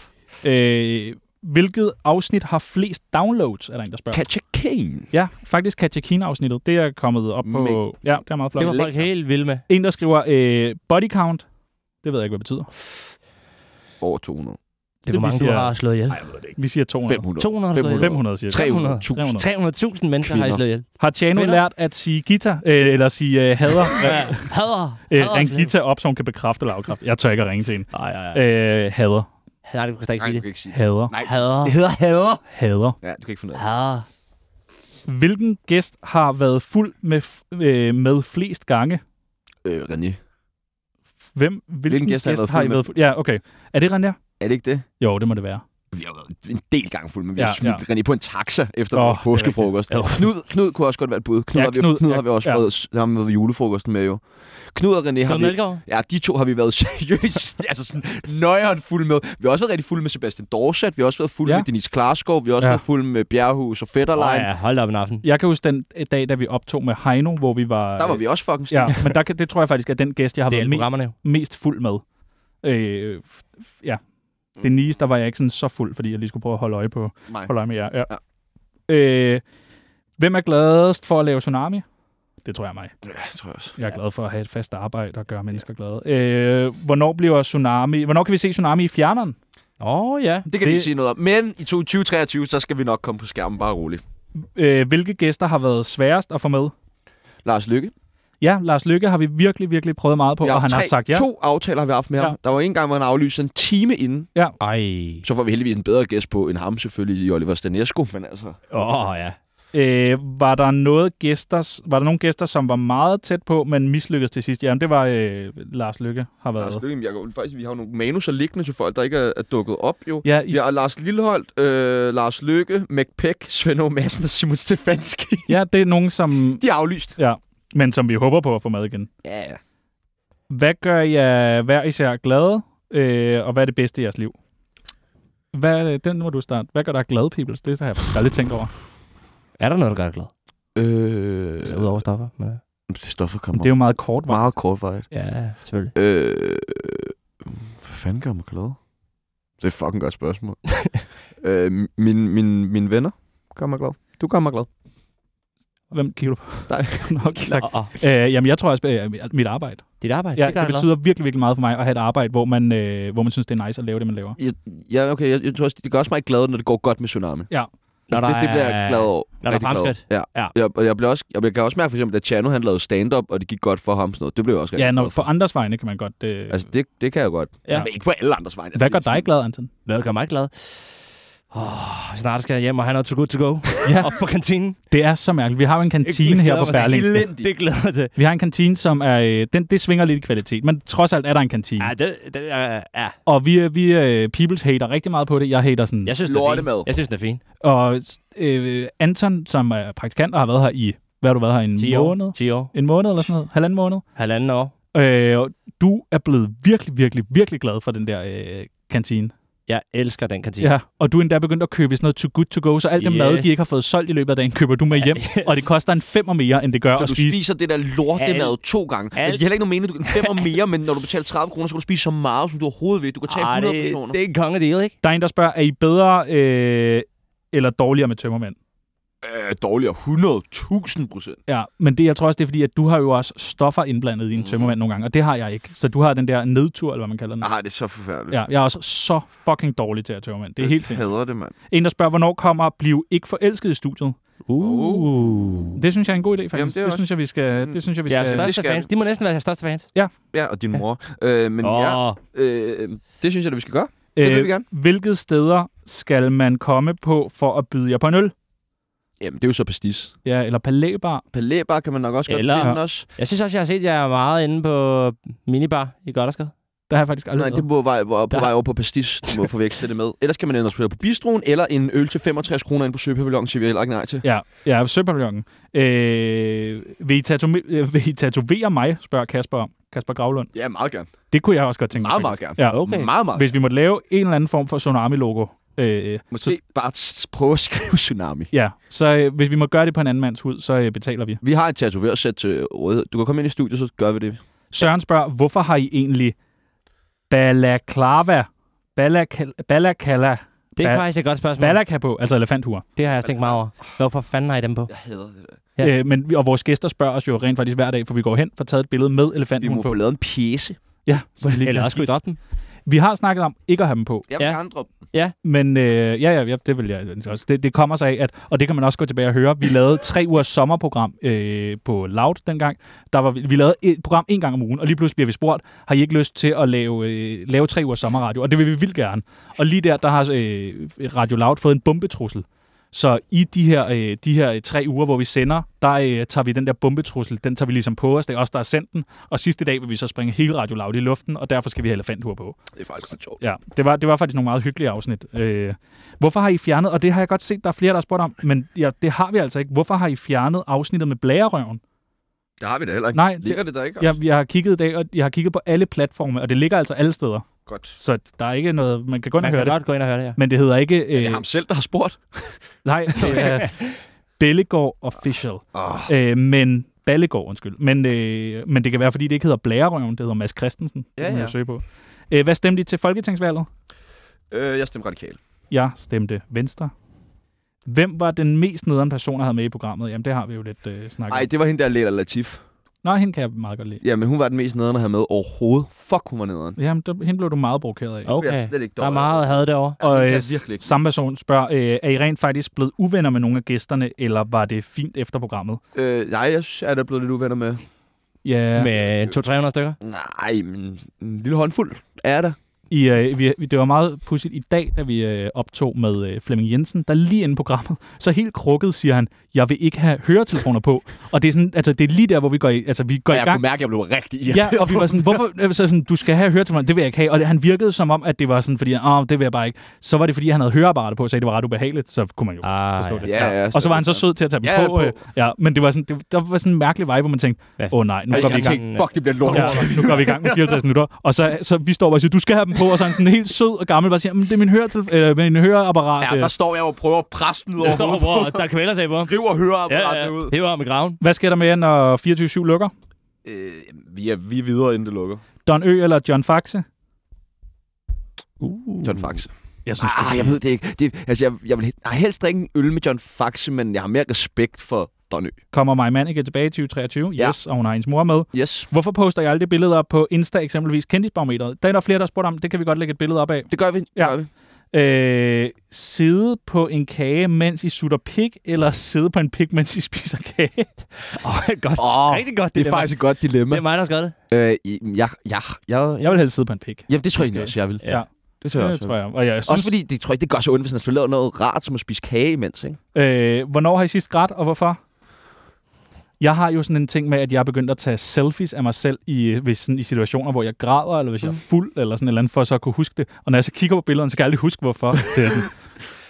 Speaker 2: Øh... Hvilket afsnit har flest downloads, er der en, der spørger.
Speaker 1: Catch a cane.
Speaker 2: Ja, faktisk Katja Kina-afsnittet. Det er kommet op på...
Speaker 1: Men-
Speaker 2: Ja, det er meget flot.
Speaker 3: Det var folk helt vilde med.
Speaker 2: En, der skriver øh, body count. Det ved jeg ikke, hvad det betyder.
Speaker 1: Over 200.
Speaker 3: Det er, hvor
Speaker 2: vi
Speaker 3: mange, du
Speaker 2: siger-
Speaker 3: har slået ihjel.
Speaker 1: Nej, jeg ved det ikke.
Speaker 2: Vi siger 200.
Speaker 1: 500.
Speaker 3: 200 har slået ihjel.
Speaker 2: 500 siger
Speaker 1: 300.
Speaker 2: 300.
Speaker 3: 300.000 mennesker har I
Speaker 1: Kvinder.
Speaker 3: slået ihjel.
Speaker 2: Har Tjano
Speaker 3: Kvinder?
Speaker 2: lært at sige guitar, øh, eller sige øh, hader,
Speaker 3: Ja. Hader.
Speaker 2: øh,
Speaker 3: Hader
Speaker 2: ringe
Speaker 3: slet.
Speaker 2: guitar op, så hun kan bekræfte eller afkræfte? Jeg tør ikke at ringe til hende.
Speaker 3: Nej, nej, nej.
Speaker 2: Øh, hader,
Speaker 3: Nej, du kan slet ikke
Speaker 1: Nej,
Speaker 3: sige
Speaker 1: du
Speaker 3: det.
Speaker 1: kan ikke sige det.
Speaker 2: hader,
Speaker 1: Nej,
Speaker 3: Hader.
Speaker 1: det hedder hader.
Speaker 2: hader.
Speaker 1: Ja, du kan ikke finde ud af det.
Speaker 3: Hader.
Speaker 2: Hvilken gæst har været fuld med, f- øh, med flest gange?
Speaker 1: Øh, René.
Speaker 2: Hvem, hvilken,
Speaker 1: gæst har jeg været
Speaker 2: har I
Speaker 1: fuld med-
Speaker 2: været fuld? Ja, okay. Er det René?
Speaker 1: Er det ikke det?
Speaker 2: Jo, det må det være.
Speaker 1: vi har jo været en del gange fulde, men vi
Speaker 2: Ja,
Speaker 1: har smidt René på en taxa efter
Speaker 2: Åh,
Speaker 1: vores
Speaker 2: det er
Speaker 1: påskefrokost.
Speaker 2: rigtigt. Ja.
Speaker 1: Knud, Knud kunne også godt være et bud. Knud,
Speaker 2: Ja,
Speaker 1: ja, har, vi,
Speaker 2: Knud,
Speaker 1: Knud, Knud
Speaker 2: ja,
Speaker 1: har vi også
Speaker 2: ja.
Speaker 1: ja. været, ham har vi julefrokosten med jo. Knud og René har vi... Ja, de to har vi været seriøst, altså sådan nøjeren fuld med. Vi har også været rigtig fulde med Sebastian Dorset, vi har også været fulde
Speaker 2: Ja.
Speaker 1: ja. med Denise Klarskov, vi har også
Speaker 2: Ja.
Speaker 1: ja. været fulde med Bjerghus og Fetterlein.
Speaker 3: Nej,
Speaker 1: Oh, ja.
Speaker 3: ja, hold da op en aften.
Speaker 2: Jeg kan huske den dag, da vi optog med Heino, hvor vi var...
Speaker 1: Der var vi også fucking
Speaker 2: Ja, men der, kan- det tror jeg faktisk er den gæst, jeg har
Speaker 3: Det er
Speaker 2: været
Speaker 3: alle
Speaker 2: mest,
Speaker 3: programmerne jo.
Speaker 2: mest fuld med. Øh, f- f- ja.
Speaker 1: Mm.
Speaker 2: Denise, der var jeg ikke sådan så fuld, fordi jeg lige skulle prøve at holde øje på
Speaker 1: Nej.
Speaker 2: holde øje med jer. Ja. ja. Øh, hvem er gladest for at lave Tsunami? Det tror jeg er mig.
Speaker 1: Ja, det tror jeg også.
Speaker 2: Jeg er glad for at have et fast arbejde og gøre mennesker glade. Øh, hvornår bliver Tsunami... Hvornår kan vi se Tsunami i fjerneren?
Speaker 3: Åh, oh, ja.
Speaker 1: Det kan det... vi
Speaker 2: Det-
Speaker 1: ikke sige noget om. Men i 2023, så skal vi nok komme på skærmen, bare roligt.
Speaker 2: Øh, hvilke gæster har været sværest at få med?
Speaker 1: Lars Lykke.
Speaker 2: Ja, Lars Lykke har vi virkelig, virkelig prøvet meget på,
Speaker 1: vi
Speaker 2: og
Speaker 1: haft
Speaker 2: han har
Speaker 1: tre-
Speaker 2: sagt ja.
Speaker 1: To aftaler har vi haft med
Speaker 2: Ja.
Speaker 1: ja. ham. Der var en gang, hvor han aflyste en time inden.
Speaker 3: Ej.
Speaker 1: Så får vi heldigvis en bedre gæst på end ham selvfølgelig, i Oliver Stanesco. Men altså,
Speaker 3: Åh, oh, ja.
Speaker 2: Øh, var der noget gæster, var der nogle gæster, som var meget tæt på, men mislykkedes til sidst? Jamen, det var øh, Lars Lykke har været.
Speaker 1: Lars Lykke, jeg går, faktisk, vi har jo nogle manuser liggende til folk, der ikke er, er dukket op jo.
Speaker 2: Ja, i,
Speaker 1: Vi har Lars Lilleholdt, øh, Lars Lykke, McPeck, Svend O. Madsen og Simon Stefanski.
Speaker 2: ja, det er nogen, som,
Speaker 1: De er aflyst.
Speaker 2: men som vi håber på at få med igen.
Speaker 1: Ja, ja.
Speaker 2: Hvad gør jeg hver især glade, øh, og hvad er det bedste i jeres liv? Hvad, den må du starte. Hvad gør dig glad, peoples? Det har jeg faktisk aldrig tænkt over.
Speaker 3: Er der noget, der gør dig glad?
Speaker 1: Øh,
Speaker 3: Så udover stoffer, men... øh,
Speaker 1: Stoffer
Speaker 2: Men
Speaker 1: kommer
Speaker 2: Altså, det er jo meget kort var.
Speaker 1: meget kortvarigt.
Speaker 3: Ja, selvfølgelig.
Speaker 1: Øh, hvad fanden gør mig glad? Det er et fucking godt spørgsmål. øh, min, min, mine venner gør mig glad. Du gør mig glad.
Speaker 2: Hvem kigger du på?
Speaker 1: Nej.
Speaker 2: Nå, okay, tak.
Speaker 3: Åh, åh.
Speaker 2: Øh, jamen, jeg tror også, øh, mit arbejde.
Speaker 3: Dit arbejde,
Speaker 2: Ja,
Speaker 3: det gør
Speaker 2: det
Speaker 3: dig glad.
Speaker 2: betyder virkelig, virkelig meget for mig at have et arbejde, hvor man, øh, hvor man synes, det er nice at lave det, man laver.
Speaker 1: Jeg, ja, okay. Jeg, jeg tror også, det gør også mig glad, når det går godt med Tsunami.
Speaker 3: Når
Speaker 1: Nå,
Speaker 3: der
Speaker 1: Altså, det, det bliver jeg
Speaker 3: er-
Speaker 1: glad over.
Speaker 3: når der
Speaker 1: Rigtig
Speaker 3: er
Speaker 1: glad.
Speaker 3: fremskridt.
Speaker 1: Ja.
Speaker 3: Ja.
Speaker 1: ja. Jeg, og jeg, bliver også, jeg, jeg kan også mærke, for eksempel, da Chano han lavede stand-up, og det gik godt for ham. Sådan noget. Det blev jeg også rigtig
Speaker 2: Ja, når,
Speaker 1: glad
Speaker 2: på andres vegne kan man godt... Øh,
Speaker 1: Altså, det, det kan jeg godt.
Speaker 3: Ja.
Speaker 1: Ja. Men ikke på alle andres vegne.
Speaker 2: hvad
Speaker 1: Altså,
Speaker 2: gør
Speaker 1: det er
Speaker 2: dig glad, Anton?
Speaker 3: Hvad gør mig glad? Oh, snart skal jeg hjem og have noget too good to go.
Speaker 2: Ja.
Speaker 3: ja. Op på kantinen.
Speaker 2: Det er så mærkeligt. Vi har jo en kantine
Speaker 3: Jeg
Speaker 2: her
Speaker 3: glæder
Speaker 2: på
Speaker 3: mig sådan
Speaker 2: Berlingske.
Speaker 3: elendigt. Det glæder jeg mig til.
Speaker 2: Vi har en kantine, som er... Øh, den, det svinger lidt i kvalitet, men trods alt er der en kantine.
Speaker 3: Ja, det, det er... Ja.
Speaker 2: Og vi, øh, vi øh, peoples hater rigtig meget på det. Jeg hater sådan...
Speaker 3: Jeg synes, den er fin.
Speaker 1: Lortemad.
Speaker 3: Jeg synes, den er fin.
Speaker 2: Og øh, Anton, som er praktikant og har været her i... Hvad har du været her? En
Speaker 3: 10
Speaker 2: måned?
Speaker 3: år. 10 år.
Speaker 2: En måned eller sådan noget? Halvanden måned?
Speaker 3: Halvanden år.
Speaker 2: Øh, og du er blevet virkelig, virkelig, virkelig glad for den der øh, kantine.
Speaker 3: Jeg elsker den kantine.
Speaker 2: Ja. Og du er endda begyndt at købe sådan noget too good to go, så alt det mad,
Speaker 3: Yes.
Speaker 2: de ikke har fået solgt i løbet af dagen, køber du med hjem.
Speaker 3: yes.
Speaker 2: Og det koster en femmer mere, end det gør
Speaker 1: Så
Speaker 2: at
Speaker 1: du
Speaker 2: spise
Speaker 1: spiser det der lortemad to gange. Men det
Speaker 3: Alt.
Speaker 1: er heller ikke nogen mening, du kan fem og mere, men når du betaler 30 kroner, så kan du spise så meget, som du overhovedet vil. Du kan tage
Speaker 3: Ej,
Speaker 1: 100
Speaker 3: det,
Speaker 1: personer.
Speaker 3: det er en kongedeal, ikke?
Speaker 2: Der er en, der spørger, er I bedre øh, eller dårligere med tømmermænd?
Speaker 1: Øh, dårligere 100.000 procent.
Speaker 2: Ja, men det, jeg tror også, det er fordi, at du har jo også stoffer indblandet i en
Speaker 1: Mm.
Speaker 2: tømmermænd nogle gange, og det har jeg ikke. Så du har den der nedtur, eller hvad man kalder den.
Speaker 1: Nej, det er så forfærdeligt.
Speaker 2: Ja, jeg er også så fucking dårlig til at tømmermænd.
Speaker 1: Øh,
Speaker 2: Det er helt sindssygt.
Speaker 1: hader det, mand.
Speaker 2: En, der spørger, hvornår kommer Bliv ikke forelsket i studiet?
Speaker 3: Uh.
Speaker 2: Det synes jeg er en god idé, faktisk.
Speaker 1: Jamen,
Speaker 2: Jamen,
Speaker 1: det er
Speaker 2: det, det,
Speaker 1: også- Mm.
Speaker 2: synes jeg, vi skal, det synes jeg, vi
Speaker 3: Jeg er
Speaker 2: skal...
Speaker 1: det
Speaker 3: største
Speaker 1: skal
Speaker 3: fans.
Speaker 1: vi.
Speaker 3: De må næsten være jeres største fans.
Speaker 1: Ja, og din mor. Øh, men oh. ja,
Speaker 3: Åh,
Speaker 1: øh, det synes jeg, at vi skal gøre. det vil vi gerne.
Speaker 2: Øh, hvilket steder skal man komme på for at byde jer på en øl?
Speaker 1: Jamen, det er jo så pastis.
Speaker 2: Ja, eller palæbar.
Speaker 1: Palæbar kan man nok også godt
Speaker 3: Eller-
Speaker 1: finde os.
Speaker 3: Jeg synes også, jeg har set jer meget inde på minibar i Goddersgade.
Speaker 2: Der har jeg faktisk aldrig
Speaker 1: Nej, det
Speaker 2: været.
Speaker 1: må vej, var, på
Speaker 3: Der-
Speaker 1: vej over på pastis. Du må forveksle det med. Ellers kan man ellers på bistroen, eller en øl til 65 kroner ind på Søpavillon, siger vi heller ikke nej til.
Speaker 2: Ja, ja Søpavillonen. Øh, vil, I tatome- øh, vil I tatovere mig, spørger Kasper om. Kasper Gravlund.
Speaker 1: Ja, meget gerne.
Speaker 2: Det kunne jeg også godt tænke mig.
Speaker 1: Meget, meget
Speaker 2: faktisk.
Speaker 1: gerne.
Speaker 2: Ja,
Speaker 3: Okay.
Speaker 1: Meget, meget.
Speaker 2: Hvis vi måtte lave en eller anden form for tsunami-logo. Øh,
Speaker 1: Måske bare s- prøve at skrive tsunami.
Speaker 2: ja, så øh, hvis vi må gøre det på en anden mands hud, så øh, betaler vi.
Speaker 1: Vi har et tatoversæt til rådighed. Du kan komme ind i studiet, så gør vi det.
Speaker 2: Søren spørger, hvorfor har I egentlig balaklava, balakala, balakala,
Speaker 3: Det er
Speaker 2: Ba-
Speaker 3: faktisk et godt spørgsmål.
Speaker 2: balaka på, altså elefanthuer.
Speaker 3: Det har jeg også tænkt meget over. Hvorfor fanden har I dem på?
Speaker 1: Jeg hader det der.
Speaker 2: Ja.
Speaker 3: Ja.
Speaker 2: Øh, men, vi- og vores gæster spørger os jo rent faktisk hver dag, for vi går hen for taget et billede med
Speaker 1: Vi
Speaker 2: elefanthuer
Speaker 1: må
Speaker 2: på.
Speaker 1: få lavet en pjæse.
Speaker 2: Ja, så lige-
Speaker 3: Eller også skulle I droppe dem?
Speaker 2: vi har snakket om ikke at have dem på.
Speaker 1: Jeg
Speaker 3: vil Ja.
Speaker 1: gerne droppe.
Speaker 2: Men øh, ja, ja, ja, det vil jeg også. Det, det kommer sig af, at, og det kan man også gå tilbage og høre, vi lavede tre ugers sommerprogram øh, på Loud dengang. Der var, vi vi lavede et program en gang om ugen, og lige pludselig bliver vi spurgt, har I ikke lyst til at lave, øh, lave tre ugers sommerradio? Og det vil vi vildt gerne. Og lige der, der har øh, Radio Loud fået en bombetrussel. Så i de her, øh, de her øh, tre uger, hvor vi sender, der øh, tager vi den der bombetrussel, den tager vi ligesom på os. Det er os, der har sendt den. Og sidste dag vil vi så springe hele Radio Loud i luften, og derfor skal vi have elefanthuer på.
Speaker 1: Det er faktisk lidt sjovt.
Speaker 2: Ja, det var, det var faktisk nogle meget hyggelige afsnit. Øh, hvorfor har I fjernet, og det har jeg godt set, der er flere, der har spurgt om, men ja, det har vi altså ikke. Hvorfor har I fjernet afsnittet med blærerøven?
Speaker 1: Det har vi da heller ikke.
Speaker 2: Nej, det-
Speaker 1: Ligger det der ikke?
Speaker 2: Jeg, jeg har kigget i dag, og jeg har kigget på alle platforme, og det ligger altså alle steder.
Speaker 1: Godt.
Speaker 2: Så der er ikke noget, man kan gå ind
Speaker 3: Man
Speaker 2: og høre
Speaker 3: kan
Speaker 2: det.
Speaker 3: godt gå ind og høre det her.
Speaker 2: Men det hedder ikke...
Speaker 1: Det
Speaker 2: Øh,
Speaker 1: er ham selv, der har spurgt.
Speaker 2: nej, det er Bellegård Official.
Speaker 1: Oh,
Speaker 2: Øh, men Ballegård, undskyld. Men, øh, men det kan være, fordi det ikke hedder Blærerøven, det hedder Mads Christensen.
Speaker 1: Ja,
Speaker 2: det kan man
Speaker 1: ja.
Speaker 2: jo søge på. Øh, hvad stemte I til Folketingsvalget?
Speaker 1: øh, jeg stemmer radikal.
Speaker 2: Jeg stemte Venstre. Hvem var den mest nederen person, jeg havde med i programmet? Jamen, det har vi jo lidt øh, snakket
Speaker 1: Nej,
Speaker 2: om.
Speaker 1: det var hende der, Lela Latif.
Speaker 2: Nå, hende kan jeg meget godt lide.
Speaker 1: Ja, men hun var den mest nederen at have med overhovedet. Fuck, hun var nederen.
Speaker 2: Jamen, der, hende blev du meget provokeret af.
Speaker 1: Jeg
Speaker 3: Okay,
Speaker 1: er slet ikke
Speaker 3: der er
Speaker 1: dårlig.
Speaker 3: meget had derovre.
Speaker 1: det
Speaker 2: Og
Speaker 1: kan
Speaker 2: øh,
Speaker 1: jeg virkelig ikke.
Speaker 2: samme person spørger, øh, er I rent faktisk blevet uvenner med nogle af gæsterne, eller var det fint efter programmet?
Speaker 1: Øh, nej, jeg er da blevet lidt uvenner med.
Speaker 2: Ja, men.
Speaker 3: Med 200-300 stykker.
Speaker 1: Nej, men en lille håndfuld er der.
Speaker 2: I, øh, vi, vi- det var meget pudsigt i dag, da vi øh, optog med øh, Flemming Jensen, der lige inde i programmet, så helt krukket siger han, jeg vil ikke have høretelefoner på. Og det er, sådan, altså, det er lige der, hvor vi går i, altså, vi går
Speaker 1: Og
Speaker 2: i
Speaker 1: jeg
Speaker 2: gang.
Speaker 1: kunne mærke, at jeg blev rigtig irriteret.
Speaker 2: Ja, og vi var sådan, hvorfor, øh, så sådan, du skal have høretelefoner, det vil jeg ikke have. Og det, han virkede som om, at det var sådan, fordi, åh, det vil jeg bare ikke. Så var det, fordi han havde høreapparater på, så det var ret ubehageligt, så kunne man jo
Speaker 3: Ah,
Speaker 2: forstå
Speaker 3: ja.
Speaker 2: det.
Speaker 1: Ja, ja,
Speaker 2: og så var han så sød til at tage dem
Speaker 1: Ja,
Speaker 2: på. Øh, ja, men det var sådan, det, der var sådan en mærkelig vej, hvor man tænkte, åh
Speaker 3: Ja.
Speaker 2: oh, nej, nu
Speaker 1: Jeg,
Speaker 2: går vi i
Speaker 1: jeg
Speaker 2: gang.
Speaker 1: tænkte, fuck, det bliver lort.
Speaker 2: Ja, nu går vi i gang med 54 minutter. Og så, så vi står bare og siger, du skal have dem på, og så er han sådan helt sød og gammel, bare siger, "Men det er min, høretelef- øh, min høreapparat.
Speaker 1: Ja,
Speaker 2: øh,
Speaker 1: der står jeg og prøver at presse den ud over
Speaker 3: Der,
Speaker 1: hovedet.
Speaker 3: hvor, der kvæler sig på. ham.
Speaker 1: River
Speaker 3: Ja,
Speaker 1: høreapparatet
Speaker 3: ja.
Speaker 1: ud.
Speaker 3: Hiver ham i graven.
Speaker 2: Hvad sker der med jer, når 24-7 lukker?
Speaker 1: Øh, vi, er, vi er videre, inden det lukker.
Speaker 2: Don Ø eller John Faxe?
Speaker 3: Uh.
Speaker 1: John Faxe.
Speaker 2: Jeg synes,
Speaker 1: Ah, jeg ved det ikke. Det, altså, jeg, jeg vil he- jeg har helst drikke en øl med John Faxe, men jeg har mere respekt for Donny.
Speaker 2: kommer mig mand ikke tilbage i 2023?
Speaker 1: Ja.
Speaker 2: Yes, og hun har hendes mor med.
Speaker 1: Yes,
Speaker 2: Hvorfor poster jeg aldrig billeder op på Insta, eksempelvis kendisbarometeret? Der er der flere, der har spurgt om, det kan vi godt lægge et billede op af.
Speaker 1: det gør vi. Det
Speaker 2: Ja.
Speaker 1: gør vi.
Speaker 2: Øh, sidde på en kage, mens I sutter pik, eller sidde på en pik, mens I spiser kage?
Speaker 3: Åh, godt.
Speaker 1: Oh,
Speaker 3: Rigtig godt,
Speaker 1: det er faktisk et godt dilemma.
Speaker 3: Det er mig, der har skrevet det.
Speaker 1: Øh, i- jeg, jeg, jeg,
Speaker 2: Jeg vil helst sidde på en pik.
Speaker 1: jamen, det tror jeg egentlig også, jeg vil.
Speaker 2: Ja.
Speaker 1: Det tror jeg
Speaker 2: Det
Speaker 1: også.
Speaker 2: tror
Speaker 1: Jeg.
Speaker 2: jeg. Og jeg synes,
Speaker 1: Synes... Også fordi, det tror jeg, det gør så ondt, hvis han spiller noget rart, som at spise kage imens, ikke?
Speaker 2: Øh, hvornår har I sidst grædt, og hvorfor? Jeg har jo sådan en ting med, at jeg er begyndt at tage selfies af mig selv i, øh, hvis, sådan, i situationer, hvor jeg græder, eller
Speaker 1: Mm.
Speaker 2: hvis jeg er fuld, eller sådan et eller andet, for så at kunne huske det. Og når jeg så kigger på billederne, så kan jeg aldrig huske, hvorfor. Det er sådan,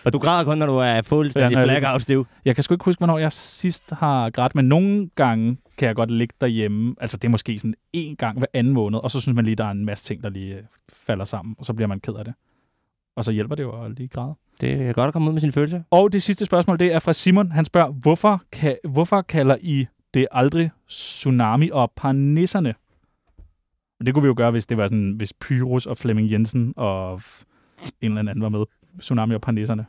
Speaker 3: Og du græder kun, når du er fuldstændig
Speaker 2: Ja, når jeg-
Speaker 3: blackout-stiv.
Speaker 2: jeg kan sgu ikke huske, hvornår jeg sidst har grædt, men nogle gange kan jeg godt ligge derhjemme. Altså, det er måske sådan én gang hver anden måned, og så synes man lige, der er en masse ting, der lige øh, falder sammen, og så bliver man ked af det. Og så hjælper det jo at lige græde.
Speaker 3: Det er godt at komme ud med sine følelser.
Speaker 2: Og det sidste spørgsmål, det er fra Simon. Han spørger, hvorfor, kan, hvorfor kalder I det aldrig tsunami og parnisserne? Og det kunne vi jo gøre, hvis det var sådan, hvis Pyrus og Flemming Jensen og f- en eller anden var med. Tsunami og parnisserne.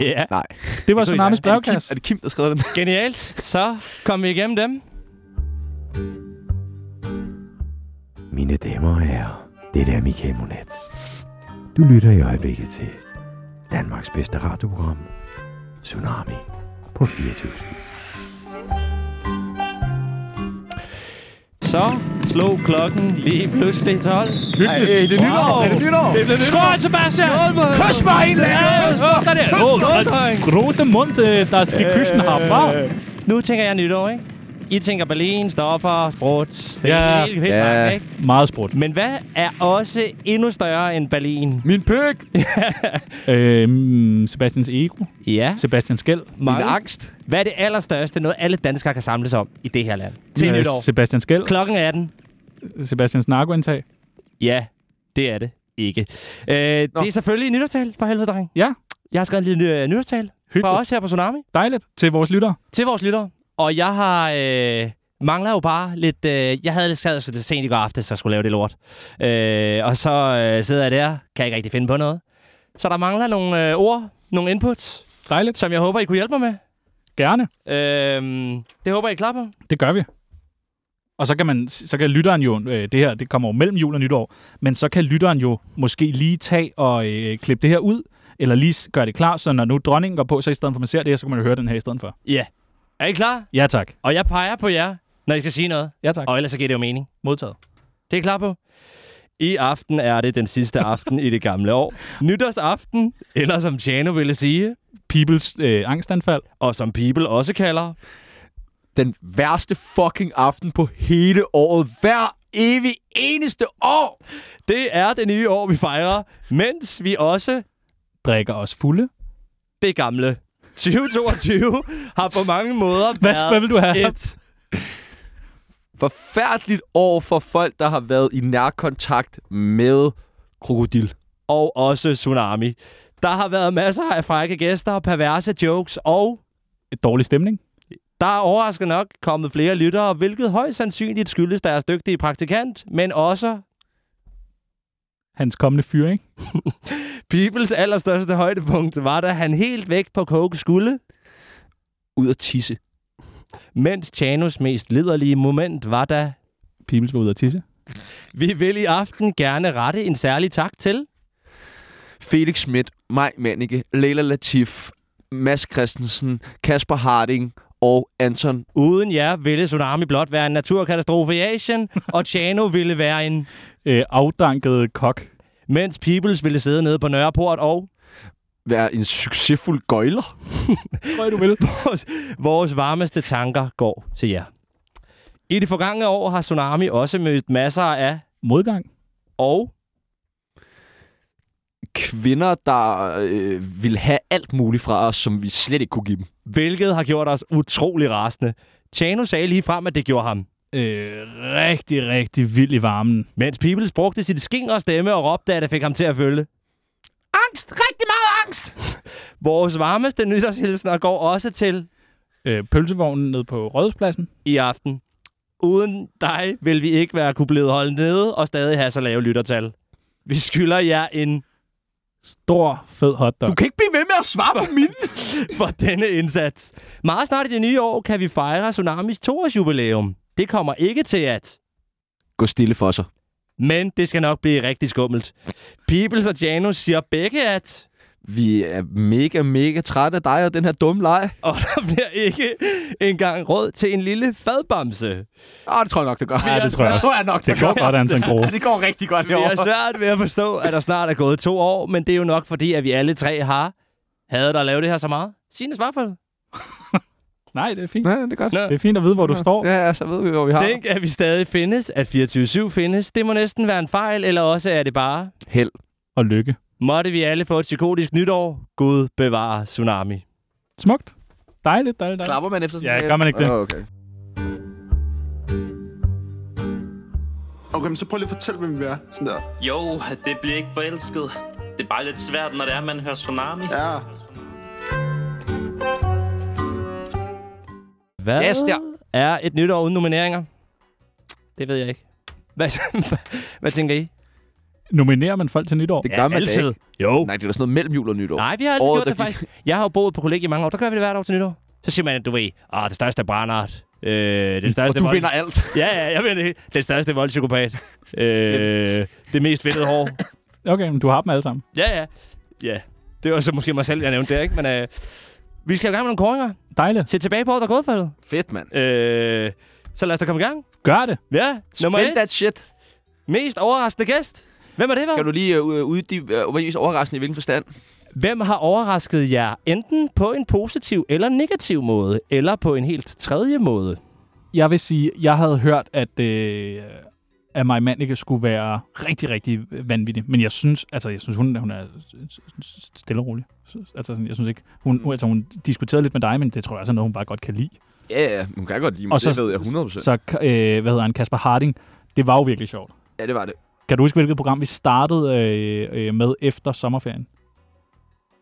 Speaker 3: Ja,
Speaker 1: Nej.
Speaker 2: Det var
Speaker 3: Det kunne I
Speaker 2: Tsunamis
Speaker 3: sagtens.
Speaker 1: Er
Speaker 2: brevkasse.
Speaker 1: det Kim, der skrev den?
Speaker 3: genialt. Så kom vi igennem dem.
Speaker 6: Mine damer og herrer, det er Michael Monats. Du lytter i øjeblikket til Danmarks bedste radioprogram, Tsunami på 4000.
Speaker 3: Så slog klokken lige pludselig 12.
Speaker 1: Ej, øh, det er nytår!
Speaker 3: Wow.
Speaker 1: Er det nytår?
Speaker 3: Det blev nytår.
Speaker 2: Skål, Sebastian!
Speaker 1: Kys mig, en eller anden!
Speaker 2: Ja, skål, der der.
Speaker 3: Skål,
Speaker 2: Åh,
Speaker 3: dreng.
Speaker 2: Große Mund, øh, der skal kyssen her. Brav.
Speaker 3: Øh. Nu tænker jeg nytår, ikke? I tænker Berlin, stoffer, sprut. Det er
Speaker 2: Ja.
Speaker 3: helt, helt
Speaker 1: Ja.
Speaker 3: yeah. ikke?
Speaker 2: Meget sprudt.
Speaker 3: Men hvad er også endnu større end Berlin?
Speaker 1: Min pøk!
Speaker 2: Øhm, Sebastians ego.
Speaker 3: Ja.
Speaker 2: Sebastian Skæld.
Speaker 1: Min
Speaker 3: Mange.
Speaker 1: angst!
Speaker 3: Hvad er det allerstørste, noget alle danskere kan samles om i det her land? Til
Speaker 2: Øh,
Speaker 3: nytår.
Speaker 2: Sebastian Skæld.
Speaker 3: Klokken er 18.
Speaker 2: Sebastians narkoindtag.
Speaker 3: Ja, det er det ikke. Øh, det er selvfølgelig nytårstal, for helvede, dreng.
Speaker 2: Ja.
Speaker 3: Jeg har skrevet en lille øh, nytårstal for
Speaker 2: Hyggeligt.
Speaker 3: os her på Tsunami.
Speaker 2: Dejligt. Til vores lyttere.
Speaker 3: Til vores lyttere. Og jeg har... Øh, mangler jo bare lidt... Øh, jeg havde skrevet så det sent i går aftes, så jeg skulle lave det lort. Øh, og så øh, sidder jeg der, kan ikke rigtig finde på noget. Så der mangler nogle øh, ord, nogle inputs,
Speaker 2: Dejligt.
Speaker 3: som jeg håber, I kunne hjælpe mig med.
Speaker 2: Gerne.
Speaker 3: Øh, det håber jeg, I klapper.
Speaker 2: Det gør vi. Og så kan, man, så kan lytteren jo, øh, det her det kommer jo mellem jul og nytår, men så kan lytteren jo måske lige tage og øh, klippe det her ud, eller lige s- gøre det klar, så når nu dronningen går på, så i stedet for man ser det her, så kan man jo høre den her i stedet for.
Speaker 3: Ja. Er I klar?
Speaker 2: Ja tak.
Speaker 3: Og jeg peger på jer, når I skal sige noget.
Speaker 2: Ja tak.
Speaker 3: Og ellers så giver det jo mening.
Speaker 2: Modtaget.
Speaker 3: Det er I klar på? I aften er det den sidste aften i det gamle år. Nytårsaften, eller som Tjano ville sige,
Speaker 2: Peoples øh, angstanfald.
Speaker 3: og som People også kalder,
Speaker 1: Den værste fucking aften på hele året. Hver evig eneste år!
Speaker 3: det er det nye år, vi fejrer, mens vi også
Speaker 2: Drikker os fulde.
Speaker 3: det gamle 2022 har på mange måder
Speaker 2: Hvad,
Speaker 3: været
Speaker 2: hvad vil du have?
Speaker 3: et
Speaker 1: Forfærdeligt år for folk, der har været i nærkontakt med krokodil.
Speaker 3: og også tsunami. Der har været masser af frække gæster og perverse jokes, og
Speaker 2: Et dårlig stemning.
Speaker 3: der er overraskende nok kommet flere lyttere, hvilket højst sandsynligt skyldes deres dygtige praktikant, men også
Speaker 2: Hans kommende fyr, ikke?
Speaker 3: Peoples allerstørste højdepunkt var, da han helt væk på coke skulle,
Speaker 1: Ud at tisse.
Speaker 3: mens Chanos mest liderlige moment var, da
Speaker 2: Peoples var ude at tisse.
Speaker 3: vi vil i aften gerne rette en særlig tak til
Speaker 1: Felix Schmidt, Maj Mannicke, Leila Latif, Mads Christensen, Kasper Harding og Anton
Speaker 3: Uden jer ville tsunami blot være en naturkatastrofe i Asien, og Chano ville være en,
Speaker 2: Øh, afdanket kok.
Speaker 3: mens Peoples ville sidde nede på Nørreport, og
Speaker 1: være en succesfuld gøjler.
Speaker 2: Tror jeg, du vil.
Speaker 3: vores, vores varmeste tanker går til jer. I det forgangne år har Tsunami også mødt masser af,
Speaker 2: Modgang.
Speaker 3: og
Speaker 1: Kvinder, der øh, vil have alt muligt fra os, som vi slet ikke kunne give dem.
Speaker 3: hvilket har gjort os utrolig rasende. Chano sagde lige frem, at det gjorde ham.
Speaker 2: Øh, rigtig, rigtig vild i varmen.
Speaker 3: Mens Peoples brugte sit skingre stemme og råbte, at det fik ham til at følge.
Speaker 1: Angst! Rigtig meget angst!
Speaker 3: Vores varmeste nytårshilsener går også til
Speaker 2: Øh, pølsevognen ned på Rådhuspladsen.
Speaker 3: i aften. Uden dig vil vi ikke være kunne blive holdt nede og stadig have så lave lyttertal. Vi skylder jer en
Speaker 2: Stor, fed hotdog.
Speaker 1: Du kan ikke blive ved med at svare på mine.
Speaker 3: for denne indsats. Meget snart i det nye år kan vi fejre Tsunamis 2-års jubilæum. Det kommer ikke til at,
Speaker 1: Gå stille for sig.
Speaker 3: men det skal nok blive rigtig skummelt. Peoples og Janus siger begge at,
Speaker 1: Vi er mega, mega trætte af dig og den her dumme leg.
Speaker 3: og der bliver ikke engang råd til en lille fadbamse.
Speaker 1: Ah, det tror jeg nok, det gør.
Speaker 2: Ja, det tror jeg også.
Speaker 1: jeg nok,
Speaker 2: Det går godt, Anton Gro.
Speaker 1: det går rigtig godt
Speaker 3: Vi har svært ved at forstå, at der snart er gået to år, men det er jo nok fordi, at vi alle tre har hadet at lave det her så meget. Signe Svarfald.
Speaker 2: Nej, det er fint.
Speaker 1: Ja, det er godt.
Speaker 2: Det er fint at vide, hvor du står.
Speaker 1: Ja, så ved vi, hvor vi har.
Speaker 3: Tænk, at vi stadig findes, at 24-7 findes. Det må næsten være en fejl, eller også er det bare...
Speaker 1: Held.
Speaker 2: Og lykke.
Speaker 3: Måtte vi alle få et psykotisk nytår. Gud bevare tsunami.
Speaker 2: Smukt. Dejligt, dejligt, dejligt.
Speaker 1: Klapper man efter sådan
Speaker 2: Ja,
Speaker 1: en tale?
Speaker 2: gør man ikke det.
Speaker 1: Åh, okay.
Speaker 7: Okay, men så prøv lige at fortælle, hvem vi er. Sådan der.
Speaker 5: Jo, det bliver ikke forelsket. Det er bare lidt svært, når det er, man hører tsunami.
Speaker 7: Ja.
Speaker 3: Hvad
Speaker 1: Yes, der.
Speaker 3: er et nytår uden nomineringer? Det ved jeg ikke. Hvad, hvad tænker I?
Speaker 2: Nominerer man folk til nytår?
Speaker 1: Det gør man da ikke.
Speaker 3: altid.
Speaker 2: Uh.
Speaker 3: Jo.
Speaker 1: Nej, det er da sådan noget mellem jul og nytår.
Speaker 3: Nej, vi har aldrig
Speaker 1: Året,
Speaker 3: gjort
Speaker 1: der
Speaker 3: det faktisk. Jeg har jo boet på kollegie i mange år. Der gør vi det hvert år til nytår. Så siger man, at du ved, ah, det største brændert. Øh, den største
Speaker 1: Og du
Speaker 3: vold-
Speaker 1: vinder alt.
Speaker 3: Ja, ja, jeg ved det hele. Den største voldspsykopat. øh, det mest fedtede hår.
Speaker 2: Okay, men du har dem alle sammen.
Speaker 3: Ja, ja. Ja, det var så måske mig selv, jeg nævnte der, ikke? Men øh, vi skal i gang med nogle koringer.
Speaker 2: Dejligt.
Speaker 3: Se tilbage på året, der er gået faldet.
Speaker 1: Fedt, mand.
Speaker 3: Øh, så lad os da komme i gang.
Speaker 2: Gør det.
Speaker 3: Ja, nummer
Speaker 1: Spil
Speaker 3: et.
Speaker 1: that shit.
Speaker 3: Mest overraskende gæst. Hvem er det, var?
Speaker 1: Kan du lige øh, uddybe, øh, hvor er overraskende i hvilken forstand?
Speaker 3: Hvem har overrasket jer enten på en positiv eller negativ måde, eller på en helt tredje måde?
Speaker 2: Jeg vil sige, jeg havde hørt, at, øh, at Maja Mannicke skulle være rigtig, rigtig vanvittig. Men jeg synes, altså, jeg synes hun, hun er s- s- stille og rolig. Altså, sådan, jeg synes ikke, hun, hun- altså, hun diskuterede lidt med dig, men det tror jeg også er noget, hun bare godt kan lide.
Speaker 1: Ja, ja, hun kan godt lide mig. det ved jeg 100%.
Speaker 2: Så, øh, hvad hedder han, Kasper Harding, det var jo virkelig sjovt.
Speaker 1: Ja, det var det.
Speaker 2: Kan du huske, hvilket program vi startede øh, øh, med efter sommerferien,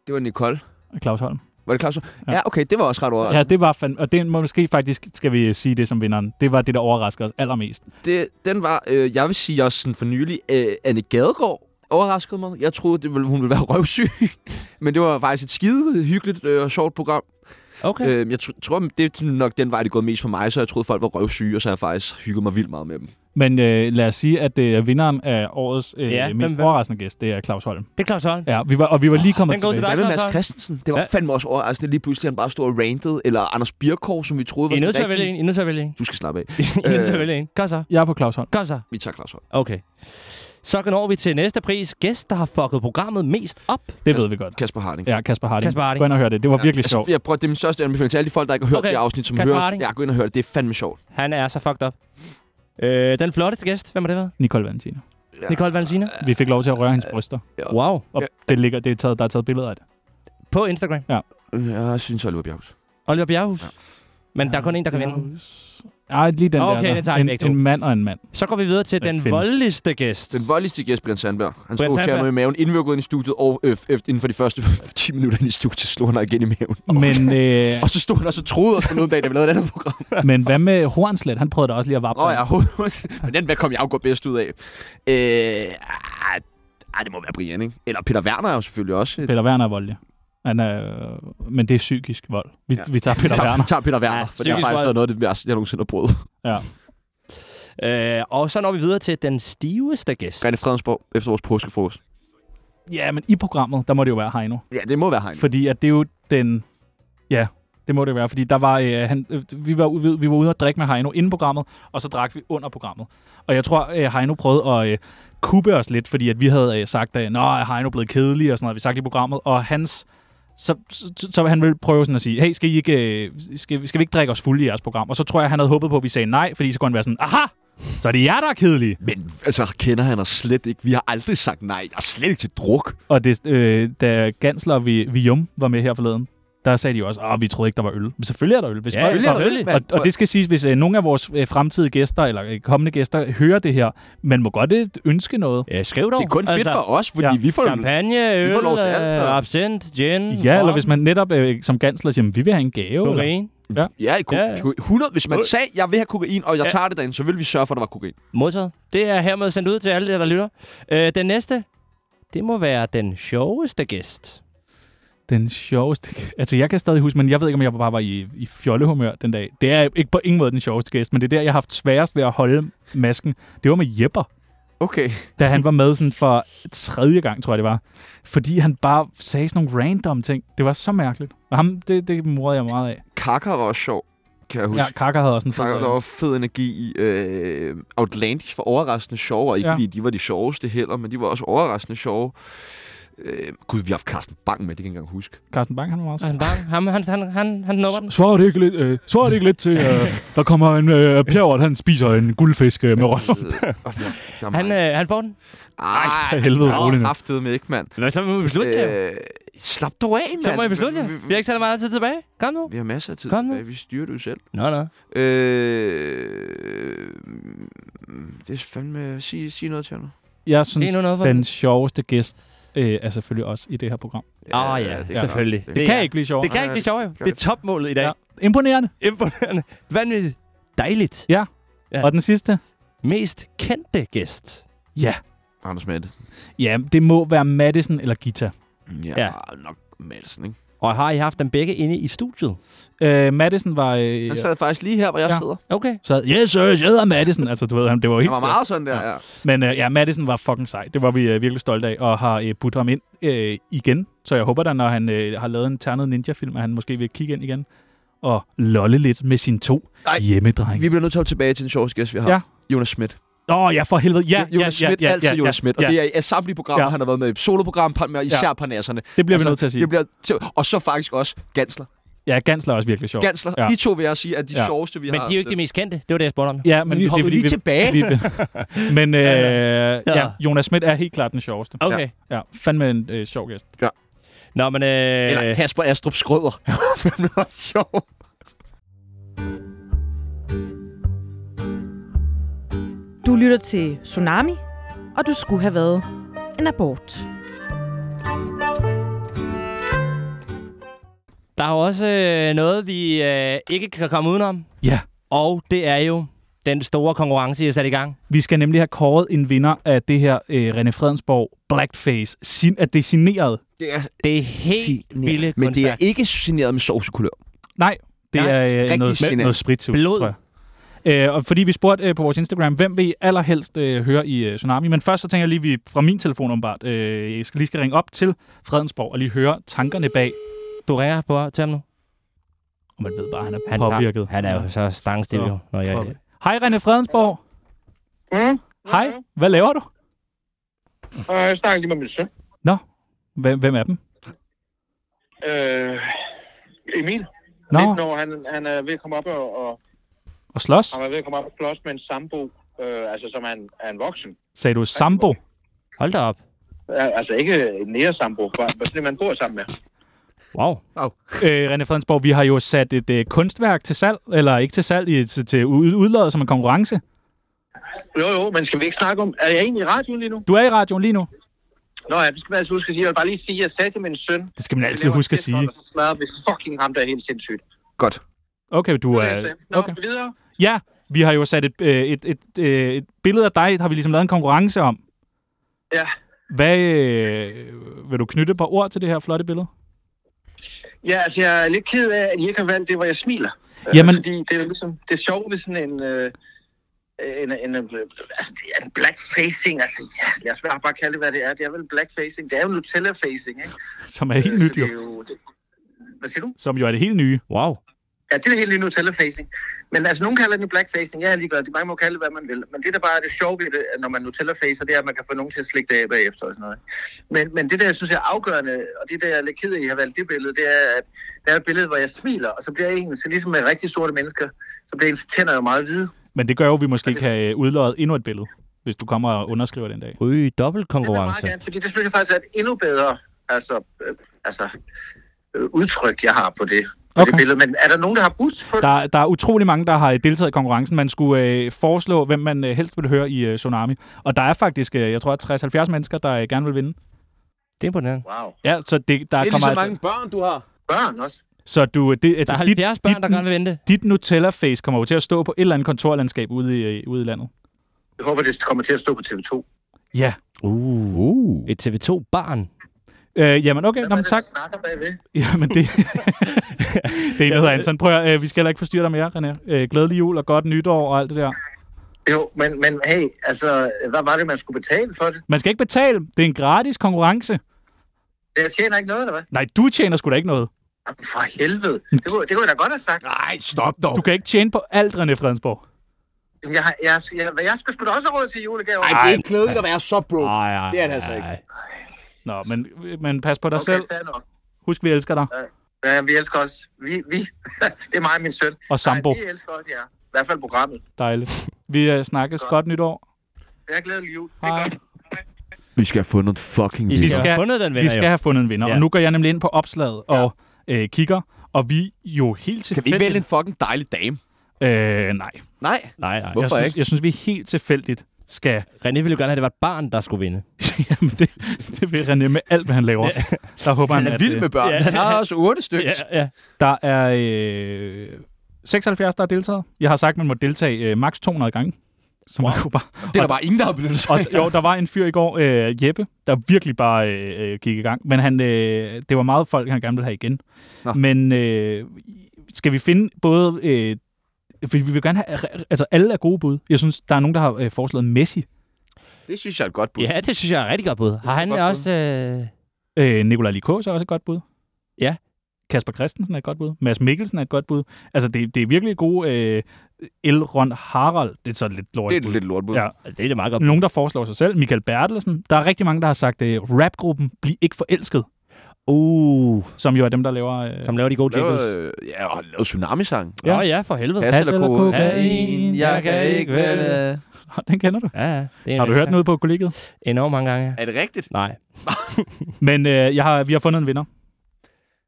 Speaker 1: Det var Nicole.
Speaker 2: Claus Holm?
Speaker 1: Var det Claus?
Speaker 2: Ja.
Speaker 1: Ja. ja, okay, det var også ret overraskende.
Speaker 2: Ja, det var fandme, og det er måske faktisk, skal vi sige det som vinderen, det var det, der overraskede os allermest.
Speaker 1: Det, den var, øh, jeg vil sige også sådan for nylig, øh, Anne Gadegaard overraskede mig. Jeg troede, det ville, hun ville være røvsyg. Men det var faktisk et skide hyggeligt øh, og sjovt program.
Speaker 3: Okay.
Speaker 1: Øh, jeg tr- tror, det er nok den vej, det er gået mest for mig, så jeg troede, folk var røvsyge, og så har jeg faktisk hygget mig vildt meget med dem.
Speaker 2: Men øh, lad os sige, at øh, vinderen af årets øh,
Speaker 3: Ja,
Speaker 2: ja,
Speaker 3: hvem-
Speaker 2: mest
Speaker 3: hvem-
Speaker 2: overraskende gæst, det er Claus Holm.
Speaker 3: Det er Claus Holm.
Speaker 2: Ja, vi var, og vi var lige kommet
Speaker 3: Den går til
Speaker 2: tilbage.
Speaker 3: dig,
Speaker 1: Hvad med
Speaker 3: Claus
Speaker 1: Mads
Speaker 3: Holm.
Speaker 1: Christensen? Det var
Speaker 3: Ja.
Speaker 1: ja. fandme også overraskende. Lige pludselig, han bare stod og rantede. Eller Anders Birkov, som vi troede
Speaker 3: I
Speaker 1: var
Speaker 3: er nødt til
Speaker 1: sådan
Speaker 3: at vælge en. I er nødt til at vælge en.
Speaker 1: Du skal slappe af.
Speaker 3: I er nødt
Speaker 1: Øh.
Speaker 3: til at vælge en. Kom så.
Speaker 2: Jeg er på Claus Holm.
Speaker 3: Kom så.
Speaker 1: Vi tager Claus Holm.
Speaker 3: Okay. Så når vi til næste pris. Gæst, der har fucket programmet mest op.
Speaker 2: Det ved vi godt.
Speaker 1: Kasper Harding.
Speaker 2: Ja, Kasper Harding.
Speaker 3: Kasper Harding.
Speaker 2: Gå ind og hør det. Det var virkelig sjovt.
Speaker 1: Altså, jeg prøver, det er min største anbefaling til alle de folk, der ikke har hørt
Speaker 3: Okay.
Speaker 1: okay. det afsnit, som
Speaker 3: Kasper
Speaker 1: hører.
Speaker 3: Harding.
Speaker 1: Ja, gå ind og hør det. Det er fandme sjovt.
Speaker 3: Han er så fucked up. Øh, den flotteste gæst, hvem har det været?
Speaker 2: Nicole Valentino.
Speaker 1: Ja.
Speaker 3: Nicole Valentine.
Speaker 2: Vi fik lov til at røre hendes bryster.
Speaker 3: Wow.
Speaker 2: Og
Speaker 1: Ja.
Speaker 2: det ligger, det er taget, der er taget billeder af det.
Speaker 3: På Instagram.
Speaker 1: Jeg synes, Oliver Bjerghus.
Speaker 3: Oliver Bjerghus. Men der er kun en, der kan vinde.
Speaker 2: Nej, lige den
Speaker 3: Okay,
Speaker 2: der.
Speaker 3: den
Speaker 2: der.
Speaker 3: tager vi begge
Speaker 2: en,
Speaker 3: to.
Speaker 2: en mand og en mand.
Speaker 3: Så går vi videre til
Speaker 2: Den
Speaker 3: den
Speaker 2: kvinde.
Speaker 3: voldeligste gæst.
Speaker 1: Den voldeligste gæst, Brian Sandberg. Han
Speaker 3: Brian
Speaker 1: slog Tjerno
Speaker 3: Sandberg.
Speaker 1: i maven, inden vi var gået ind i studiet, og øh, efter, inden for de første 10 minutter ind i studiet, slog han dig igen i maven.
Speaker 2: Men, øh,
Speaker 1: Og så stod han også og troede os på noget dag, da vi lavede et andet program.
Speaker 2: men hvad med Hornslet? Han prøvede da også lige at vappe.
Speaker 1: Åh oh,
Speaker 2: dig.
Speaker 1: ja, hovedet. Men den, hvad kom jeg jo går bedst ud af? Øh, ah, ah, det må være Brian, ikke? Eller Peter Werner er jo selvfølgelig også. et-
Speaker 2: Peter Werner er voldelig. Han er, øh, men det er psykisk vold. Vi, ja. vi tager Peter
Speaker 1: Jeg
Speaker 2: Werner.
Speaker 1: tager Peter Werner,
Speaker 3: Ja,
Speaker 1: ja, for det har
Speaker 3: psykisk
Speaker 1: faktisk
Speaker 3: vold.
Speaker 1: været noget af det værste, jeg nogensinde har prøvet.
Speaker 3: Øh, og så når vi videre til den stiveste gæst.
Speaker 1: René Fredensborg, efter vores påskefrokost.
Speaker 2: Ja, men i programmet, der må det jo være Heino.
Speaker 1: Ja, det må være Heine.
Speaker 2: Fordi at det er jo den... Ja, det må det være. Fordi der var, øh, han, øh, vi, var ude, vi var ude og drikke med Heino inden programmet, og så drak vi under programmet. Og jeg tror, øh, Heino prøvede at øh, kubbe os lidt, fordi at vi havde øh, sagt, at Nå, er Heino blevet kedelig og sådan noget, vi sagt i programmet. Og hans... Så, så, så han ville prøve sådan at sige, hey, skal, I ikke, øh, skal, skal vi ikke drikke os fulde i jeres program? Og så tror jeg, han havde håbet på, at vi sagde nej, fordi så kunne han være sådan, aha, så er det jer, der er kedelige.
Speaker 1: Men altså, kender han os slet ikke? Vi har aldrig sagt nej. Jeg er slet ikke til druk.
Speaker 2: Og det, øh, da Gansler og Vi- Vium var med her forleden, der sagde de jo også, at vi troede ikke, der var øl. Men selvfølgelig er der øl. Hvis
Speaker 3: Ja,
Speaker 2: folk-
Speaker 3: selvfølgelig
Speaker 1: er der øl,
Speaker 2: og,
Speaker 1: mand.
Speaker 2: og, og det skal siges, hvis øh, nogle af vores øh, fremtidige gæster, eller øh, kommende gæster, hører det her, man må godt øh, ønske noget.
Speaker 3: Ja, skriv dog. Altså,
Speaker 1: Det er kun fedt for os, fordi
Speaker 2: ja.
Speaker 1: vi får...
Speaker 3: Champagne, øl,
Speaker 1: Vi får lov til alt,
Speaker 3: øh,
Speaker 1: og-
Speaker 3: absint, gin,
Speaker 2: Ja, eller hvis man netop, øh, som Gansler siger, "Men vi vil have en gave. Eller,
Speaker 3: Kokain.
Speaker 1: Ja, ko-
Speaker 3: Ja, ja.
Speaker 1: ja, 100. Hvis man
Speaker 3: Øl.
Speaker 1: sagde, jeg vil have kokain, og jeg
Speaker 3: Ja.
Speaker 1: tager det derinde, så vil vi sørge for, at der var kokain.
Speaker 3: Modtaget. Det er hermed sendt ud til alle jer, der lytter. Øh, den næste, det må være den sjoveste gæst.
Speaker 2: den sjoveste... Altså, jeg kan stadig huske, men jeg ved ikke, om jeg bare var i, i fjollehumør den dag. Det er ikke på ingen måde den sjoveste gæst, men det er der, jeg har haft sværest ved at holde masken. Det var med Jepper.
Speaker 1: Okay.
Speaker 2: da han var med sådan for tredje gang, tror jeg det var. Fordi han bare sagde sådan nogle random ting. Det var så mærkeligt. Og ham, det, det morede jeg meget af.
Speaker 1: Kaka var også sjov, kan jeg huske.
Speaker 2: Ja, Kaka havde også en
Speaker 1: Der, der
Speaker 2: fed...
Speaker 1: var fed energi i øh, Outlandish var overraskende sjove, og ikke
Speaker 2: Ja.
Speaker 1: ja. fordi de var de sjoveste heller, men de var også overraskende sjove. Øh, gud, vi har haft Carsten Bang med, det kan jeg ikke engang huske.
Speaker 2: øh, Carsten Bang, han var meget
Speaker 3: Og han bare, ham, han, han, han, han nubber den.
Speaker 2: Svarer det ikke lidt, øh, svarer det ikke lidt til, øh, der kommer en øh, pjerret, han spiser en guldfisk øh, med røv.
Speaker 1: Øh, og vi har, der er
Speaker 3: Han,
Speaker 1: mange-
Speaker 3: øh, han får den.
Speaker 1: Ej,
Speaker 2: for helvede, rolig nu.
Speaker 1: rolig nu. med ikke, mand.
Speaker 3: Men så må vi beslutte øh, det.
Speaker 1: Øh, slap dog af, mand.
Speaker 3: Så må I beslutte det. Vi har ikke særlig meget tid tilbage. Kom nu.
Speaker 1: Vi har masser af tid
Speaker 3: Kom nu.
Speaker 1: tilbage. Vi styrer det jo selv.
Speaker 3: Nå, nå.
Speaker 1: Øh, det er fandme... Sig, sig noget til ham.
Speaker 2: Jeg
Speaker 3: Det
Speaker 2: synes,
Speaker 3: er nu noget for
Speaker 2: den sjoveste gæst øh, er selvfølgelig også i det her program. Det,
Speaker 3: Åh oh, ja,
Speaker 1: det er
Speaker 3: ja
Speaker 1: klart.
Speaker 3: selvfølgelig.
Speaker 1: Det
Speaker 2: det kan ikke blive sjovt.
Speaker 3: Det kan ikke blive sjovt, jo. Det er topmålet i dag.
Speaker 2: Ja. Imponerende.
Speaker 3: Imponerende. Vanvittigt. Dejligt. Ja.
Speaker 2: Ja. Og den sidste?
Speaker 3: Mest kendte gæst.
Speaker 2: Ja.
Speaker 1: Anders Madsen.
Speaker 2: Ja, det må være Madison eller Gita.
Speaker 1: Ja,
Speaker 3: Ja.
Speaker 1: ja. nok Madsen, ikke?
Speaker 3: Og har I haft dem begge inde i studiet?
Speaker 2: Øh, Madison var... Øh,
Speaker 1: Han sad faktisk lige her, hvor jeg
Speaker 2: Ja.
Speaker 1: ja. sidder.
Speaker 3: Okay.
Speaker 2: så, yes, sir, jeg hedder Madison. Altså, du ved, han, det var jo helt
Speaker 1: Han var meget sådan der, ja.
Speaker 2: Men øh, ja, Madison var fucking sej. Det var vi øh, virkelig stolte af, og har øh, budt ham ind øh, igen. Så jeg håber da, når han øh, har lavet en ternet ninja-film, at han måske vil kigge ind igen og lolle lidt med sine to
Speaker 1: Ej,
Speaker 2: hjemmedrenge.
Speaker 1: Vi bliver nødt til at hoppe tilbage til den sjoveste gæst, vi har.
Speaker 2: Ja.
Speaker 1: Jonas Schmidt.
Speaker 2: Åh, oh, ja, for helvede. Ja, ja,
Speaker 1: Jonas
Speaker 2: ja,
Speaker 1: Schmidt,
Speaker 2: ja,
Speaker 1: altid
Speaker 2: ja,
Speaker 1: Jonas
Speaker 2: ja,
Speaker 1: Schmidt. Og
Speaker 2: ja.
Speaker 1: det er i- af samtlige programmer,
Speaker 2: Ja.
Speaker 1: han har været med i. Soloprogram, par- især
Speaker 2: Ja.
Speaker 1: ja. parnasserne.
Speaker 2: Det bliver vi nødt til at sige.
Speaker 1: Altså, Det bliver til- og så faktisk også Gansler.
Speaker 2: Ja, Gansler er også virkelig sjov.
Speaker 1: Gansler,
Speaker 2: Ja.
Speaker 1: ja. de to vil jeg sige, er de
Speaker 2: Ja.
Speaker 1: ja. sjoveste, vi
Speaker 3: Men
Speaker 1: har.
Speaker 3: de er jo ikke de mest kendte. Det var det, jeg spurgte om.
Speaker 2: Ja, men
Speaker 1: vi
Speaker 2: det er,
Speaker 1: hoppede
Speaker 2: fordi,
Speaker 1: lige
Speaker 2: vi,
Speaker 1: tilbage.
Speaker 2: Vi, men øh, ja.
Speaker 3: Ja.
Speaker 2: ja, Jonas Schmidt er helt klart den sjoveste.
Speaker 3: Okay. Ja.
Speaker 2: Ja, fandme en øh, sjov gæst.
Speaker 3: Nå, men... Øh,
Speaker 1: Eller Kasper Astrup Skrøder. Hvem er sjov?
Speaker 8: Du lytter til Tsunami, og du skulle have været en abort.
Speaker 3: Der er jo også øh, noget, vi øh, ikke kan komme udenom.
Speaker 2: Ja.
Speaker 3: Og det er jo den store konkurrence, I har sat i gang.
Speaker 2: Vi skal nemlig have kåret en vinder af det her øh, René Fredensborg Blackface, sin, at designeret.
Speaker 1: Det er
Speaker 3: Det er helt
Speaker 1: Signe.
Speaker 3: vilde
Speaker 1: Men det er
Speaker 3: kunstværk.
Speaker 1: ikke generet med sovsekulør.
Speaker 2: Nej, det
Speaker 3: Nej,
Speaker 2: er øh,
Speaker 1: rigtig
Speaker 2: noget,
Speaker 1: signal.
Speaker 2: noget sprit,
Speaker 3: Blod.
Speaker 2: Øh, og fordi vi spurgte øh, på vores Instagram, hvem vil I allerhelst øh, høre i øh, Tsunami? Men først så tænker jeg lige, at vi fra min telefon åbenbart, øh, jeg skal lige skal ringe op til Fredensborg og lige høre tankerne bag.
Speaker 3: Dorea på til ham nu.
Speaker 2: Og man ved bare, at han er
Speaker 3: Han,
Speaker 2: påvirket.
Speaker 3: Tager, han er jo så stangstil,
Speaker 2: Så
Speaker 3: jo, når jeg er
Speaker 2: påvirket. Hej René Fredensborg.
Speaker 9: Mm?
Speaker 2: Hej, hvad laver du?
Speaker 9: Og Øh, jeg snakker lige med min søn.
Speaker 2: Nå, hvem, hvem er dem?
Speaker 9: Øh, Emil.
Speaker 2: Nå.
Speaker 9: 19 år, han, han er ved at komme op og, og
Speaker 2: Og slås?
Speaker 9: han er ved at komme op og slås med en sambo, øh, altså som er en, er en voksen.
Speaker 2: Sagde du Sambo?
Speaker 3: Hold da op.
Speaker 9: Al- Altså ikke en nære sambo, bare bare sådan en, man bor sammen med.
Speaker 3: Wow.
Speaker 2: Øh, René Fredensborg, vi har jo sat et øh, kunstværk til salg, eller ikke til salg, i, til, til ud- udlod som en konkurrence.
Speaker 9: Jo, jo, men skal vi ikke snakke om, er jeg egentlig i radioen lige nu?
Speaker 2: Du er i radioen lige nu.
Speaker 9: Nå ja, det skal man altså huske at sige. Jeg vil bare lige sige, at jeg sagde til min søn,
Speaker 2: Det skal man
Speaker 9: vi
Speaker 2: altid
Speaker 9: laver en
Speaker 2: huske at
Speaker 9: festhold,
Speaker 2: sige.
Speaker 9: Og så smadrer vi fucking ham, der er helt sindssygt.
Speaker 10: Godt.
Speaker 2: Okay, du
Speaker 9: Det er
Speaker 2: er...
Speaker 9: det, jeg sagde. Nå,
Speaker 2: Okay.
Speaker 9: okay. videre.
Speaker 2: Ja, vi har jo sat et, øh, et, et, øh, et billede af dig, har vi ligesom lavet en konkurrence om.
Speaker 9: Ja.
Speaker 2: Hvad øh, vil du knytte et par ord til det her flotte billede?
Speaker 9: Ja, altså jeg er lidt ked af, at I ikke har valgt det, hvor jeg smiler. Øh,
Speaker 2: Jamen-
Speaker 9: Fordi det er jo ligesom, det er sjovt ved sådan en, øh, en, en, en, øh, altså, det er en blackfacing, altså ja, lad os bare bare kalde det, hvad det er. Det er vel blackfacing, det er jo Nutella-facing, ikke?
Speaker 2: Som er helt
Speaker 9: Øh, så
Speaker 2: nyt
Speaker 9: det
Speaker 2: jo.
Speaker 9: er jo det, hvad siger du?
Speaker 2: Som jo er det helt nye.
Speaker 3: Wow.
Speaker 9: Ja, det er helt nye Nutella-facing. Men altså, nogen kalder det blackfacing, jeg er ligeglad, det mange må kalde det, hvad man vil. Men det, der bare er det sjove ved det, at når man Nutella-facer, det er, at man kan få nogen til at slikke det af bagefter og sådan noget. ikke? Men, men det, der jeg synes er afgørende, og det, der jeg er lidt ked af, at I har valgt det billede, det er, at der er et billede, hvor jeg smiler, og så bliver en, så ligesom med rigtig sorte mennesker, så bliver ens tænder jo meget hvide.
Speaker 2: Men det gør jo, at vi måske kan øh, udløje endnu et billede, hvis du kommer og underskriver den dag.
Speaker 3: Uy, dobbelt
Speaker 9: Det vil jeg meget
Speaker 3: konkurrence.
Speaker 9: gerne, fordi det synes jeg faktisk er et endnu bedre altså, øh, altså, øh, udtryk, jeg har på det, på
Speaker 2: Okay.
Speaker 9: det billede. Men er der nogen, der har budt på det?
Speaker 2: Der, der er utrolig mange, der har øh, deltaget i konkurrencen. Man skulle øh, foreslå, hvem man øh, helst ville høre i øh, Tsunami. Og der er faktisk, øh, jeg tror, 60-70 mennesker, der øh, gerne vil vinde.
Speaker 3: Det er imponerende.
Speaker 9: Wow.
Speaker 2: Ja, så det, der
Speaker 10: Det er lige
Speaker 2: kommer
Speaker 10: så
Speaker 2: altså-
Speaker 10: mange børn, du har.
Speaker 9: Børn også.
Speaker 2: Så du, øh, det,
Speaker 3: Der
Speaker 2: altså,
Speaker 3: er
Speaker 2: dit,
Speaker 3: 70 børn, der gerne vil vente.
Speaker 2: dit Nutella-face kommer jo til at stå på et eller andet kontorlandskab ude i, øh, ude i landet.
Speaker 9: Jeg håber, det kommer til at stå på TV2.
Speaker 2: Ja.
Speaker 3: Uh.
Speaker 1: Uh.
Speaker 3: Et TV2-barn.
Speaker 2: Øh, jamen okay, Nå, men tak.
Speaker 9: Jeg snakker bagved.
Speaker 2: Jamen det, det er noget af Anton. Prøv at, øh, vi skal heller ikke forstyrre dig mere, René. Øh, glædelig jul og godt nytår og alt det der.
Speaker 9: Jo, men, men hey, altså, hvad var det, man skulle betale for det?
Speaker 2: Man skal ikke betale. Det er en gratis konkurrence.
Speaker 9: Jeg tjener ikke noget, eller hvad?
Speaker 2: Nej, du tjener sgu da ikke noget.
Speaker 9: Jamen, for helvede. Det kunne, det kunne jeg da godt have sagt.
Speaker 10: Nej, stop dog.
Speaker 2: Du kan ikke tjene på alt, René Fredensborg.
Speaker 9: Jamen, Jeg, har- jeg, jeg, jeg, jeg skulle sgu da også have råd til julegaver.
Speaker 10: Nej, det er ikke klædeligt at være så broke.
Speaker 3: Ej, ej,
Speaker 10: Det er det altså ikke.
Speaker 3: ej.
Speaker 2: Nå, men, øh, men pas på dig
Speaker 9: okay,
Speaker 2: okay. selv.
Speaker 9: fair nok.
Speaker 2: Husk, vi elsker dig.
Speaker 9: Ja, vi elsker os. Vi, vi. det er mig og min søn.
Speaker 2: Og Sambo.
Speaker 9: Nej, vi elsker os, ja. I hvert fald programmet.
Speaker 2: Dejligt. Vi øh, snakkes. Godt nytår.
Speaker 9: Jeg glæder mig jul. Det er
Speaker 2: Hej.
Speaker 9: godt.
Speaker 1: Vi skal have fundet en fucking
Speaker 3: I
Speaker 1: vinder.
Speaker 3: skal have fundet den
Speaker 2: Vi
Speaker 3: vinder,
Speaker 2: skal
Speaker 3: jo.
Speaker 2: have fundet en vinder. Ja.
Speaker 3: Ja.
Speaker 2: Og nu går jeg nemlig ind på opslaget og øh, kigger. Og vi jo helt
Speaker 10: Kan vi ikke vælge
Speaker 2: tilfældigt...
Speaker 10: en fucking dejlig dame?
Speaker 2: Øh, nej.
Speaker 10: Nej.
Speaker 3: Nej, nej.
Speaker 10: Hvorfor
Speaker 2: jeg synes,
Speaker 10: ikke?
Speaker 2: Jeg synes, vi helt tilfældigt skal...
Speaker 3: René ville jo gerne have, at det var et barn, der skulle vinde.
Speaker 2: Jamen, det, det vil René med alt, hvad han laver. Der håber han,
Speaker 10: Han er
Speaker 2: at,
Speaker 10: vild
Speaker 2: øh,
Speaker 10: med børn.
Speaker 3: Ja.
Speaker 10: Han har også otte stykker.
Speaker 3: ja.
Speaker 2: Der er øh, 76, der har deltaget. Jeg har sagt, at man må deltage øh, maks 200 gange. Som wow. kunne bare...
Speaker 10: Det er der bare ingen, der har benyttet sig
Speaker 2: Og
Speaker 10: af.
Speaker 2: jo, der var en fyr i går, øh, Jeppe, der virkelig bare øh, øh, gik i gang. Men han, øh, det var meget folk, han gerne ville have igen. Nå.
Speaker 10: Nå.
Speaker 2: Men øh, skal vi finde både... Øh, for vi vil gerne have... Altså, alle er gode bud. Jeg synes, der er nogen, der har øh, foreslået Messi.
Speaker 10: Det synes jeg er et godt bud.
Speaker 3: Ja, det synes jeg er rigtig godt bud. Har han
Speaker 10: godt bud.
Speaker 3: også... Øh...
Speaker 2: Øh, Nikolaj Likås er også et godt bud.
Speaker 3: Ja.
Speaker 2: Kasper Christensen er et godt bud. Mads Mikkelsen er et godt bud. Altså, det, det er virkelig gode... Øh, Elron Harald, det er så lidt lort.
Speaker 10: Det er et lidt lortbud.
Speaker 2: Ja.
Speaker 3: Det er det meget godt.
Speaker 2: Nogen, der foreslår sig selv. Michael Bertelsen. Der er rigtig mange, der har sagt, øh, rapgruppen Bliv ikke forelsket,
Speaker 3: Uh,
Speaker 2: som jo er dem, der laver... Øh,
Speaker 3: som laver de gode
Speaker 10: Laver,
Speaker 3: jingles.
Speaker 10: øh, ja, og lavet tsunami-sang.
Speaker 2: Ja.
Speaker 3: Ja. Nå ja, for helvede.
Speaker 10: Pas eller
Speaker 3: kokain, jeg kan ikke vælge.
Speaker 2: Den kender du.
Speaker 3: Ja, ja. Det er en
Speaker 2: Har du hørt
Speaker 3: sang.
Speaker 2: noget på kollegiet?
Speaker 3: Enormt mange gange.
Speaker 10: Er det rigtigt?
Speaker 3: Nej.
Speaker 2: Men øh, jeg har, vi har fundet en vinder.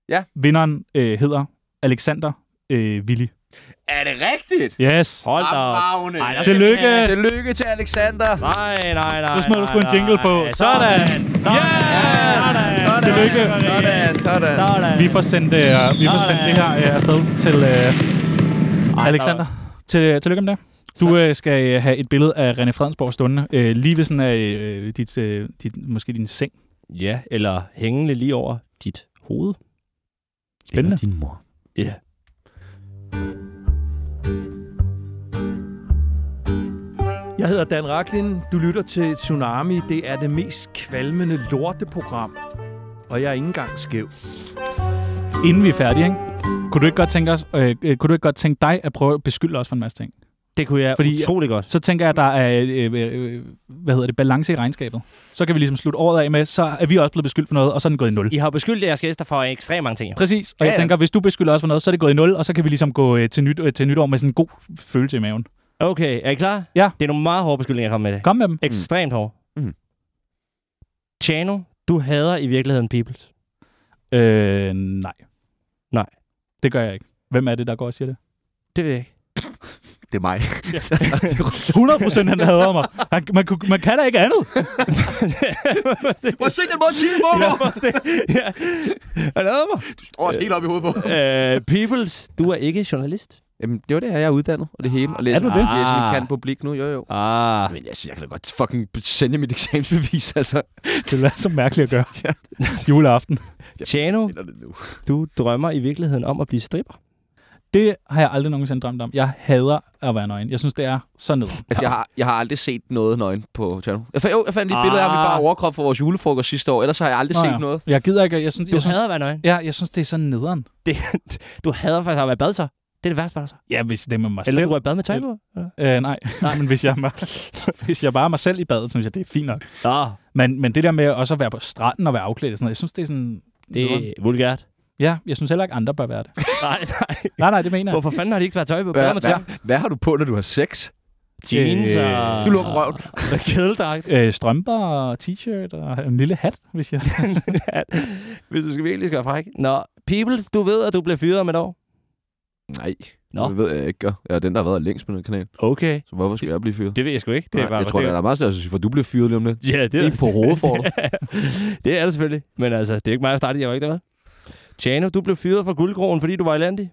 Speaker 10: Ja.
Speaker 2: Vinderen øh, hedder Alexander øh, Willi.
Speaker 10: Er det rigtigt?
Speaker 2: Yes.
Speaker 3: Hold da op.
Speaker 10: Fremragende.
Speaker 3: Ej, der skal
Speaker 2: Tillykke.
Speaker 3: vi have-
Speaker 10: Tillykke til Alexander.
Speaker 3: Nej, nej, nej.
Speaker 2: Så smider du
Speaker 3: nej,
Speaker 2: sgu en jingle
Speaker 3: nej.
Speaker 2: på. Sådan.
Speaker 3: Sådan.
Speaker 2: Yes.
Speaker 3: Sådan.
Speaker 2: Tillykke.
Speaker 10: Sådan, sådan.
Speaker 3: Sådan.
Speaker 2: Vi får sendt, øh, vi får sendt det her øh, afsted til øh, Alexander. Til, tillykke med det. Du øh, skal øh, have et billede af René Fredensborg stående, øh, lige ved sådan af øh, dit, øh, dit, måske din seng.
Speaker 3: Ja, eller hængende lige over dit hoved.
Speaker 2: Spændende.
Speaker 1: din mor.
Speaker 3: Ja.
Speaker 6: Jeg hedder Dan Raklin. Du lytter til Tsunami. Det er det mest kvalmende lorteprogram. Og jeg er ikke engang skæv.
Speaker 2: Inden vi er færdige, ikke? Kunne du ikke godt tænke, os, øh, øh, kunne du ikke godt tænke dig at prøve at beskylde os for en masse ting?
Speaker 11: Det kunne jeg utrolig godt.
Speaker 2: Så tænker jeg, at der er øh, øh, øh, hvad hedder det, balance i regnskabet. Så kan vi ligesom slutte året af med, så er vi også blevet beskyldt for noget, og så er den gået i nul.
Speaker 3: I har beskyldt jeres gæster for ekstremt mange ting.
Speaker 2: Præcis. Og ja, jeg tænker, hvis du beskylder os for noget, så er det gået i nul, og så kan vi ligesom gå øh, til, nyt, øh, til nytår med sådan en god følelse i maven.
Speaker 3: Okay, er I klar?
Speaker 2: Ja.
Speaker 3: Det er nogle meget hårde beskyldninger, jeg kommer med.
Speaker 2: Kom med dem.
Speaker 3: Ekstremt hårde. Mm. Chano, du hader i virkeligheden Peoples.
Speaker 2: Øh, nej.
Speaker 3: Nej.
Speaker 2: Det gør jeg ikke. Hvem er det, der går og siger det?
Speaker 3: Det ved jeg ikke.
Speaker 1: Det er mig.
Speaker 2: 100 procent, han hader mig. Han, man, kunne, man kan da ikke andet.
Speaker 1: Hvor sikkert måde kigge på mig!
Speaker 3: ja. Han hader mig.
Speaker 1: Du står også helt op i hovedet på.
Speaker 3: Øh, Peoples, du er ikke journalist.
Speaker 1: Jamen, det var det her, jeg er uddannet, og det hele. Og læser,
Speaker 2: er du det?
Speaker 1: Læser min kan publik nu, jo jo.
Speaker 3: Ah.
Speaker 1: Men altså, jeg kan da godt fucking sende mit eksamensbevis, altså.
Speaker 2: Det ville være så mærkeligt at gøre. Juleaften.
Speaker 3: Chano,
Speaker 1: Eller det nu.
Speaker 3: du drømmer i virkeligheden om at blive stripper.
Speaker 2: Det har jeg aldrig nogensinde drømt om. Jeg hader at være nøgen. Jeg synes, det er så ned.
Speaker 1: Altså, jeg har, jeg har aldrig set noget nøgen på channel. Jeg, fa- jo, jeg fandt lige et billede af, at vi bare overkrop for vores julefrokost sidste år. Ellers har jeg aldrig set noget.
Speaker 2: Jeg gider ikke. Jeg synes,
Speaker 3: Du
Speaker 2: jeg synes,
Speaker 3: hader at være nøgen.
Speaker 2: Ja, jeg synes, det er så nederen.
Speaker 3: Det, du hader faktisk at være i bad, så. Det er det værste, for dig så.
Speaker 2: Ja, hvis det er med mig
Speaker 3: Eller du
Speaker 2: selv.
Speaker 3: går i bad med tøj på. Ja.
Speaker 2: Øh, nej, men hvis jeg, er mig- hvis jeg bare er mig selv i badet, synes jeg, det er fint nok.
Speaker 3: Ah,
Speaker 2: Men, men det der med også at være på stranden og være afklædt og sådan noget, jeg synes, det er sådan...
Speaker 3: det
Speaker 2: nederen.
Speaker 3: er vulgært.
Speaker 2: Ja, jeg synes heller ikke, andre bør være det.
Speaker 3: Nej, nej.
Speaker 2: Nej, nej, det mener jeg.
Speaker 3: Hvorfor fanden har de ikke været tøj på? Bad
Speaker 1: Hvad,
Speaker 3: med
Speaker 1: hvad,
Speaker 3: tøj.
Speaker 1: hvad har du på, når du har sex?
Speaker 3: Jeans
Speaker 2: Øh,
Speaker 3: og...
Speaker 1: Du lukker røven.
Speaker 3: Kædeldragt.
Speaker 2: Øh, strømper og t-shirt og en lille hat, hvis jeg...
Speaker 3: Hvis du skal virkelig skal være fræk. Nå, Peoples, du ved, at du bliver fyret om et år.
Speaker 1: Nej.
Speaker 3: Nå.
Speaker 1: Det ved jeg ikke. gør. Jeg er den, der har været længst på den kanal.
Speaker 3: Okay.
Speaker 1: Så hvorfor skal jeg blive fyret?
Speaker 3: Det ved jeg sgu ikke. Det er
Speaker 1: Nej,
Speaker 3: bare,
Speaker 1: jeg tror, der
Speaker 3: det,
Speaker 1: er meget større for at du bliver fyret lige om lidt.
Speaker 3: Ja, det er
Speaker 1: Ikke på hovedet for dig.
Speaker 3: det er det selvfølgelig. Men altså, det er ikke mig, der startede. Jeg var ikke der, vel? Tjano, du blev fyret fra guldkrogen, fordi du var elendig.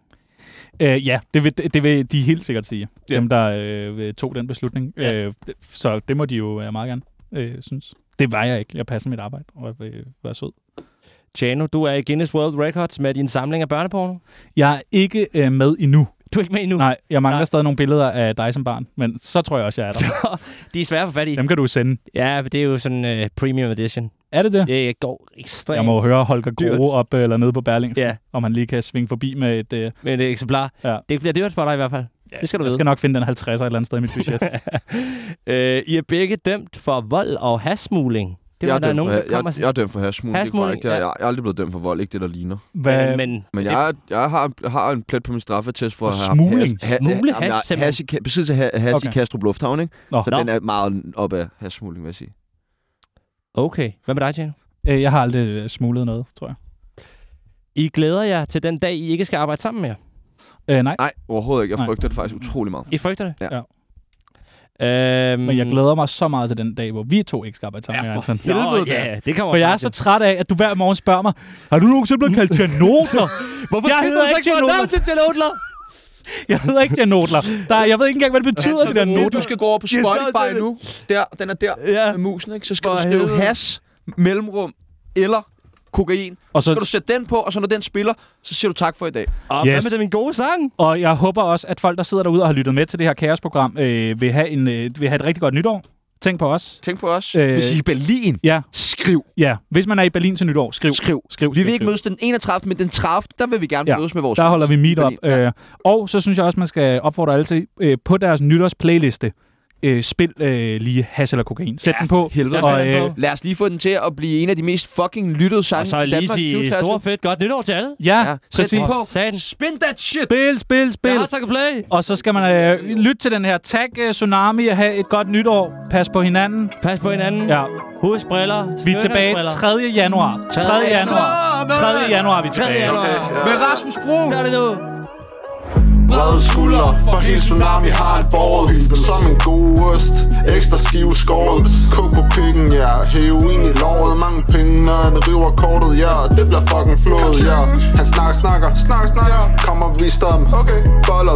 Speaker 2: Øh, ja, det vil, det vil de helt sikkert sige.
Speaker 3: Ja.
Speaker 2: Ja. Dem, der øh, tog den beslutning.
Speaker 3: Ja.
Speaker 2: Ja. Øh, det- så det må de jo øh, meget gerne øh, synes. Det var jeg ikke. Jeg passer mit arbejde, og jeg vil være sød.
Speaker 3: Tjano, du er i Guinness World Records med din samling af børneporno.
Speaker 2: Jeg er ikke øh, med endnu.
Speaker 3: Du er ikke med endnu.
Speaker 2: Nej, jeg mangler
Speaker 3: Nej.
Speaker 2: Nej. stadig nogle billeder af dig som barn, men så tror jeg også, jeg er der.
Speaker 3: De er svære at få fat i.
Speaker 2: Dem kan du sende.
Speaker 3: Ja, men det er jo sådan uh, premium edition.
Speaker 2: Er det det?
Speaker 3: Det går ekstremt.
Speaker 2: Jeg må jo høre Holger
Speaker 3: dyrt.
Speaker 2: Goro op øh, eller nede på Berling,
Speaker 3: Ja,
Speaker 2: om han lige kan svinge forbi med et... Øh,
Speaker 3: men et eksemplar.
Speaker 2: Ja.
Speaker 3: Det bliver dyrt for dig i hvert fald.
Speaker 2: ja,
Speaker 3: Det skal du
Speaker 2: jeg
Speaker 3: vide.
Speaker 2: skal nok finde den 50'er et eller andet sted i mit budget.
Speaker 3: øh, I er begge dømt for vold og hasmugling. Det var
Speaker 1: jeg,
Speaker 3: der
Speaker 1: er
Speaker 3: nogen, der
Speaker 1: dømt for,
Speaker 3: kommer
Speaker 1: jeg, jeg, er dømt for hashmugling. Det er
Speaker 3: Hashmugling,
Speaker 1: korrekt. Jeg,
Speaker 3: ja.
Speaker 1: jeg, jeg er aldrig blevet dømt for vold. Ikke det, der ligner.
Speaker 2: Hvad,
Speaker 3: men, men,
Speaker 1: Men jeg, er, jeg har, jeg har en plet på min straffetest for at
Speaker 2: For
Speaker 1: have haft
Speaker 2: smugling?
Speaker 1: has- ha- ha-
Speaker 3: Smugle
Speaker 1: jamen, jeg-
Speaker 3: hash, simpelthen?
Speaker 1: hash i Ka- besiddelse af has i
Speaker 2: Okay.
Speaker 1: Kastrup Lufthavn, ikke?
Speaker 2: Nå.
Speaker 1: Så
Speaker 3: Nå.
Speaker 1: den er meget op af hashmugling, vil jeg sige.
Speaker 3: Okay, hvad med dig, Tjano?
Speaker 2: øh, jeg har aldrig øh, smuglet noget, tror jeg.
Speaker 3: I glæder jer til den dag, I ikke skal arbejde sammen mere.
Speaker 2: Øh, nej,
Speaker 1: Nej, overhovedet ikke. Jeg
Speaker 2: Nej.
Speaker 1: frygter det faktisk utrolig meget.
Speaker 3: I frygter det?
Speaker 1: Ja.
Speaker 3: Øhm,
Speaker 2: men jeg glæder mig så meget til den dag, hvor vi to ikke skal arbejde sammen.
Speaker 3: Ja,
Speaker 2: Jørgensen.
Speaker 3: Helvede, Nå, ja, det kommer
Speaker 2: For jeg er
Speaker 3: frem
Speaker 2: så
Speaker 3: til.
Speaker 2: træt af, at du hver morgen spørger mig, har du nogensinde blevet kaldt Janotler?
Speaker 3: Hvorfor
Speaker 2: Jeg
Speaker 3: skal
Speaker 2: hedder
Speaker 3: du
Speaker 2: ikke
Speaker 3: få et
Speaker 2: Janotler.
Speaker 3: navn til Janotler?
Speaker 2: Jeg hedder ikke Janotler. Der, jeg ved ikke engang, hvad det betyder, det der
Speaker 1: Nu,
Speaker 2: noter.
Speaker 1: Altså, du skal gå over på Spotify nu. Der, den er der
Speaker 3: Ja.
Speaker 1: med musen, ikke? Så skal
Speaker 3: For
Speaker 1: du skrive
Speaker 3: helvede.
Speaker 1: hash, mellemrum eller kokain.
Speaker 2: Og,
Speaker 1: Så skal du
Speaker 2: så,
Speaker 1: sætte den på, og så når den spiller, så siger du tak for i dag.
Speaker 3: Og
Speaker 2: Yes.
Speaker 3: hvad med det, min gode sang?
Speaker 2: og jeg håber også, at folk, der sidder derude og har lyttet med til det her kaosprogram, øh, vil, have en, øh, vil have et rigtig godt nytår. Tænk på os.
Speaker 1: Tænk på os.
Speaker 2: Øh.
Speaker 1: Hvis I er i Berlin,
Speaker 2: Ja,
Speaker 1: skriv.
Speaker 2: ja. Hvis man er i Berlin til nytår, skriv.
Speaker 1: Skriv.
Speaker 2: skriv,
Speaker 1: Vi
Speaker 2: skriv,
Speaker 1: vil ikke
Speaker 2: skriv.
Speaker 1: mødes den 31., men den 30., der vil vi gerne
Speaker 2: Ja,
Speaker 1: mødes med vores
Speaker 2: Der holder vi meet up.
Speaker 1: Berlin, ja.
Speaker 2: Øh, og så synes jeg også, man skal opfordre alle til, øh, på deres nytårs playliste, øh, spil øh, lige hash eller kokain. Sæt
Speaker 1: Ja,
Speaker 2: den på.
Speaker 1: for helvede.
Speaker 3: Lad os
Speaker 2: og,
Speaker 3: sætte den
Speaker 2: øh,
Speaker 3: på.
Speaker 1: Lad os lige få den til at blive en af de mest fucking lyttede
Speaker 3: Og
Speaker 1: sange
Speaker 3: så
Speaker 1: i
Speaker 3: lige
Speaker 1: Danmark
Speaker 3: sige
Speaker 1: 2023.
Speaker 3: stort fedt godt nytår til alle.
Speaker 2: ja,
Speaker 1: Ja,
Speaker 2: ja,
Speaker 1: sæt
Speaker 2: præcis.
Speaker 1: den på.
Speaker 3: Satan.
Speaker 1: Spin that shit!
Speaker 2: Spil, spil, spil.
Speaker 3: Jeg har takket play.
Speaker 2: Og så skal man øh, lytte til den her. Tag øh, Tsunami og have et godt nytår. Pas på hinanden.
Speaker 3: Pas på hinanden.
Speaker 2: Ja,
Speaker 3: Husk briller.
Speaker 2: vi er tilbage 3. januar. 3. januar. 3. januar er vi tilbage.
Speaker 12: Med Rasmus Bro!
Speaker 3: Så er det nu.
Speaker 12: Brede skuldre, for hele tsunami har et båret Som en god ost, ekstra skive skåret Kog på pikken, ja, heroin i låret Mange penge, når han river kortet, ja Det bliver fucking flået, ja Han snakker, snakker, snakker, snakker Kommer visdom, okay Boller,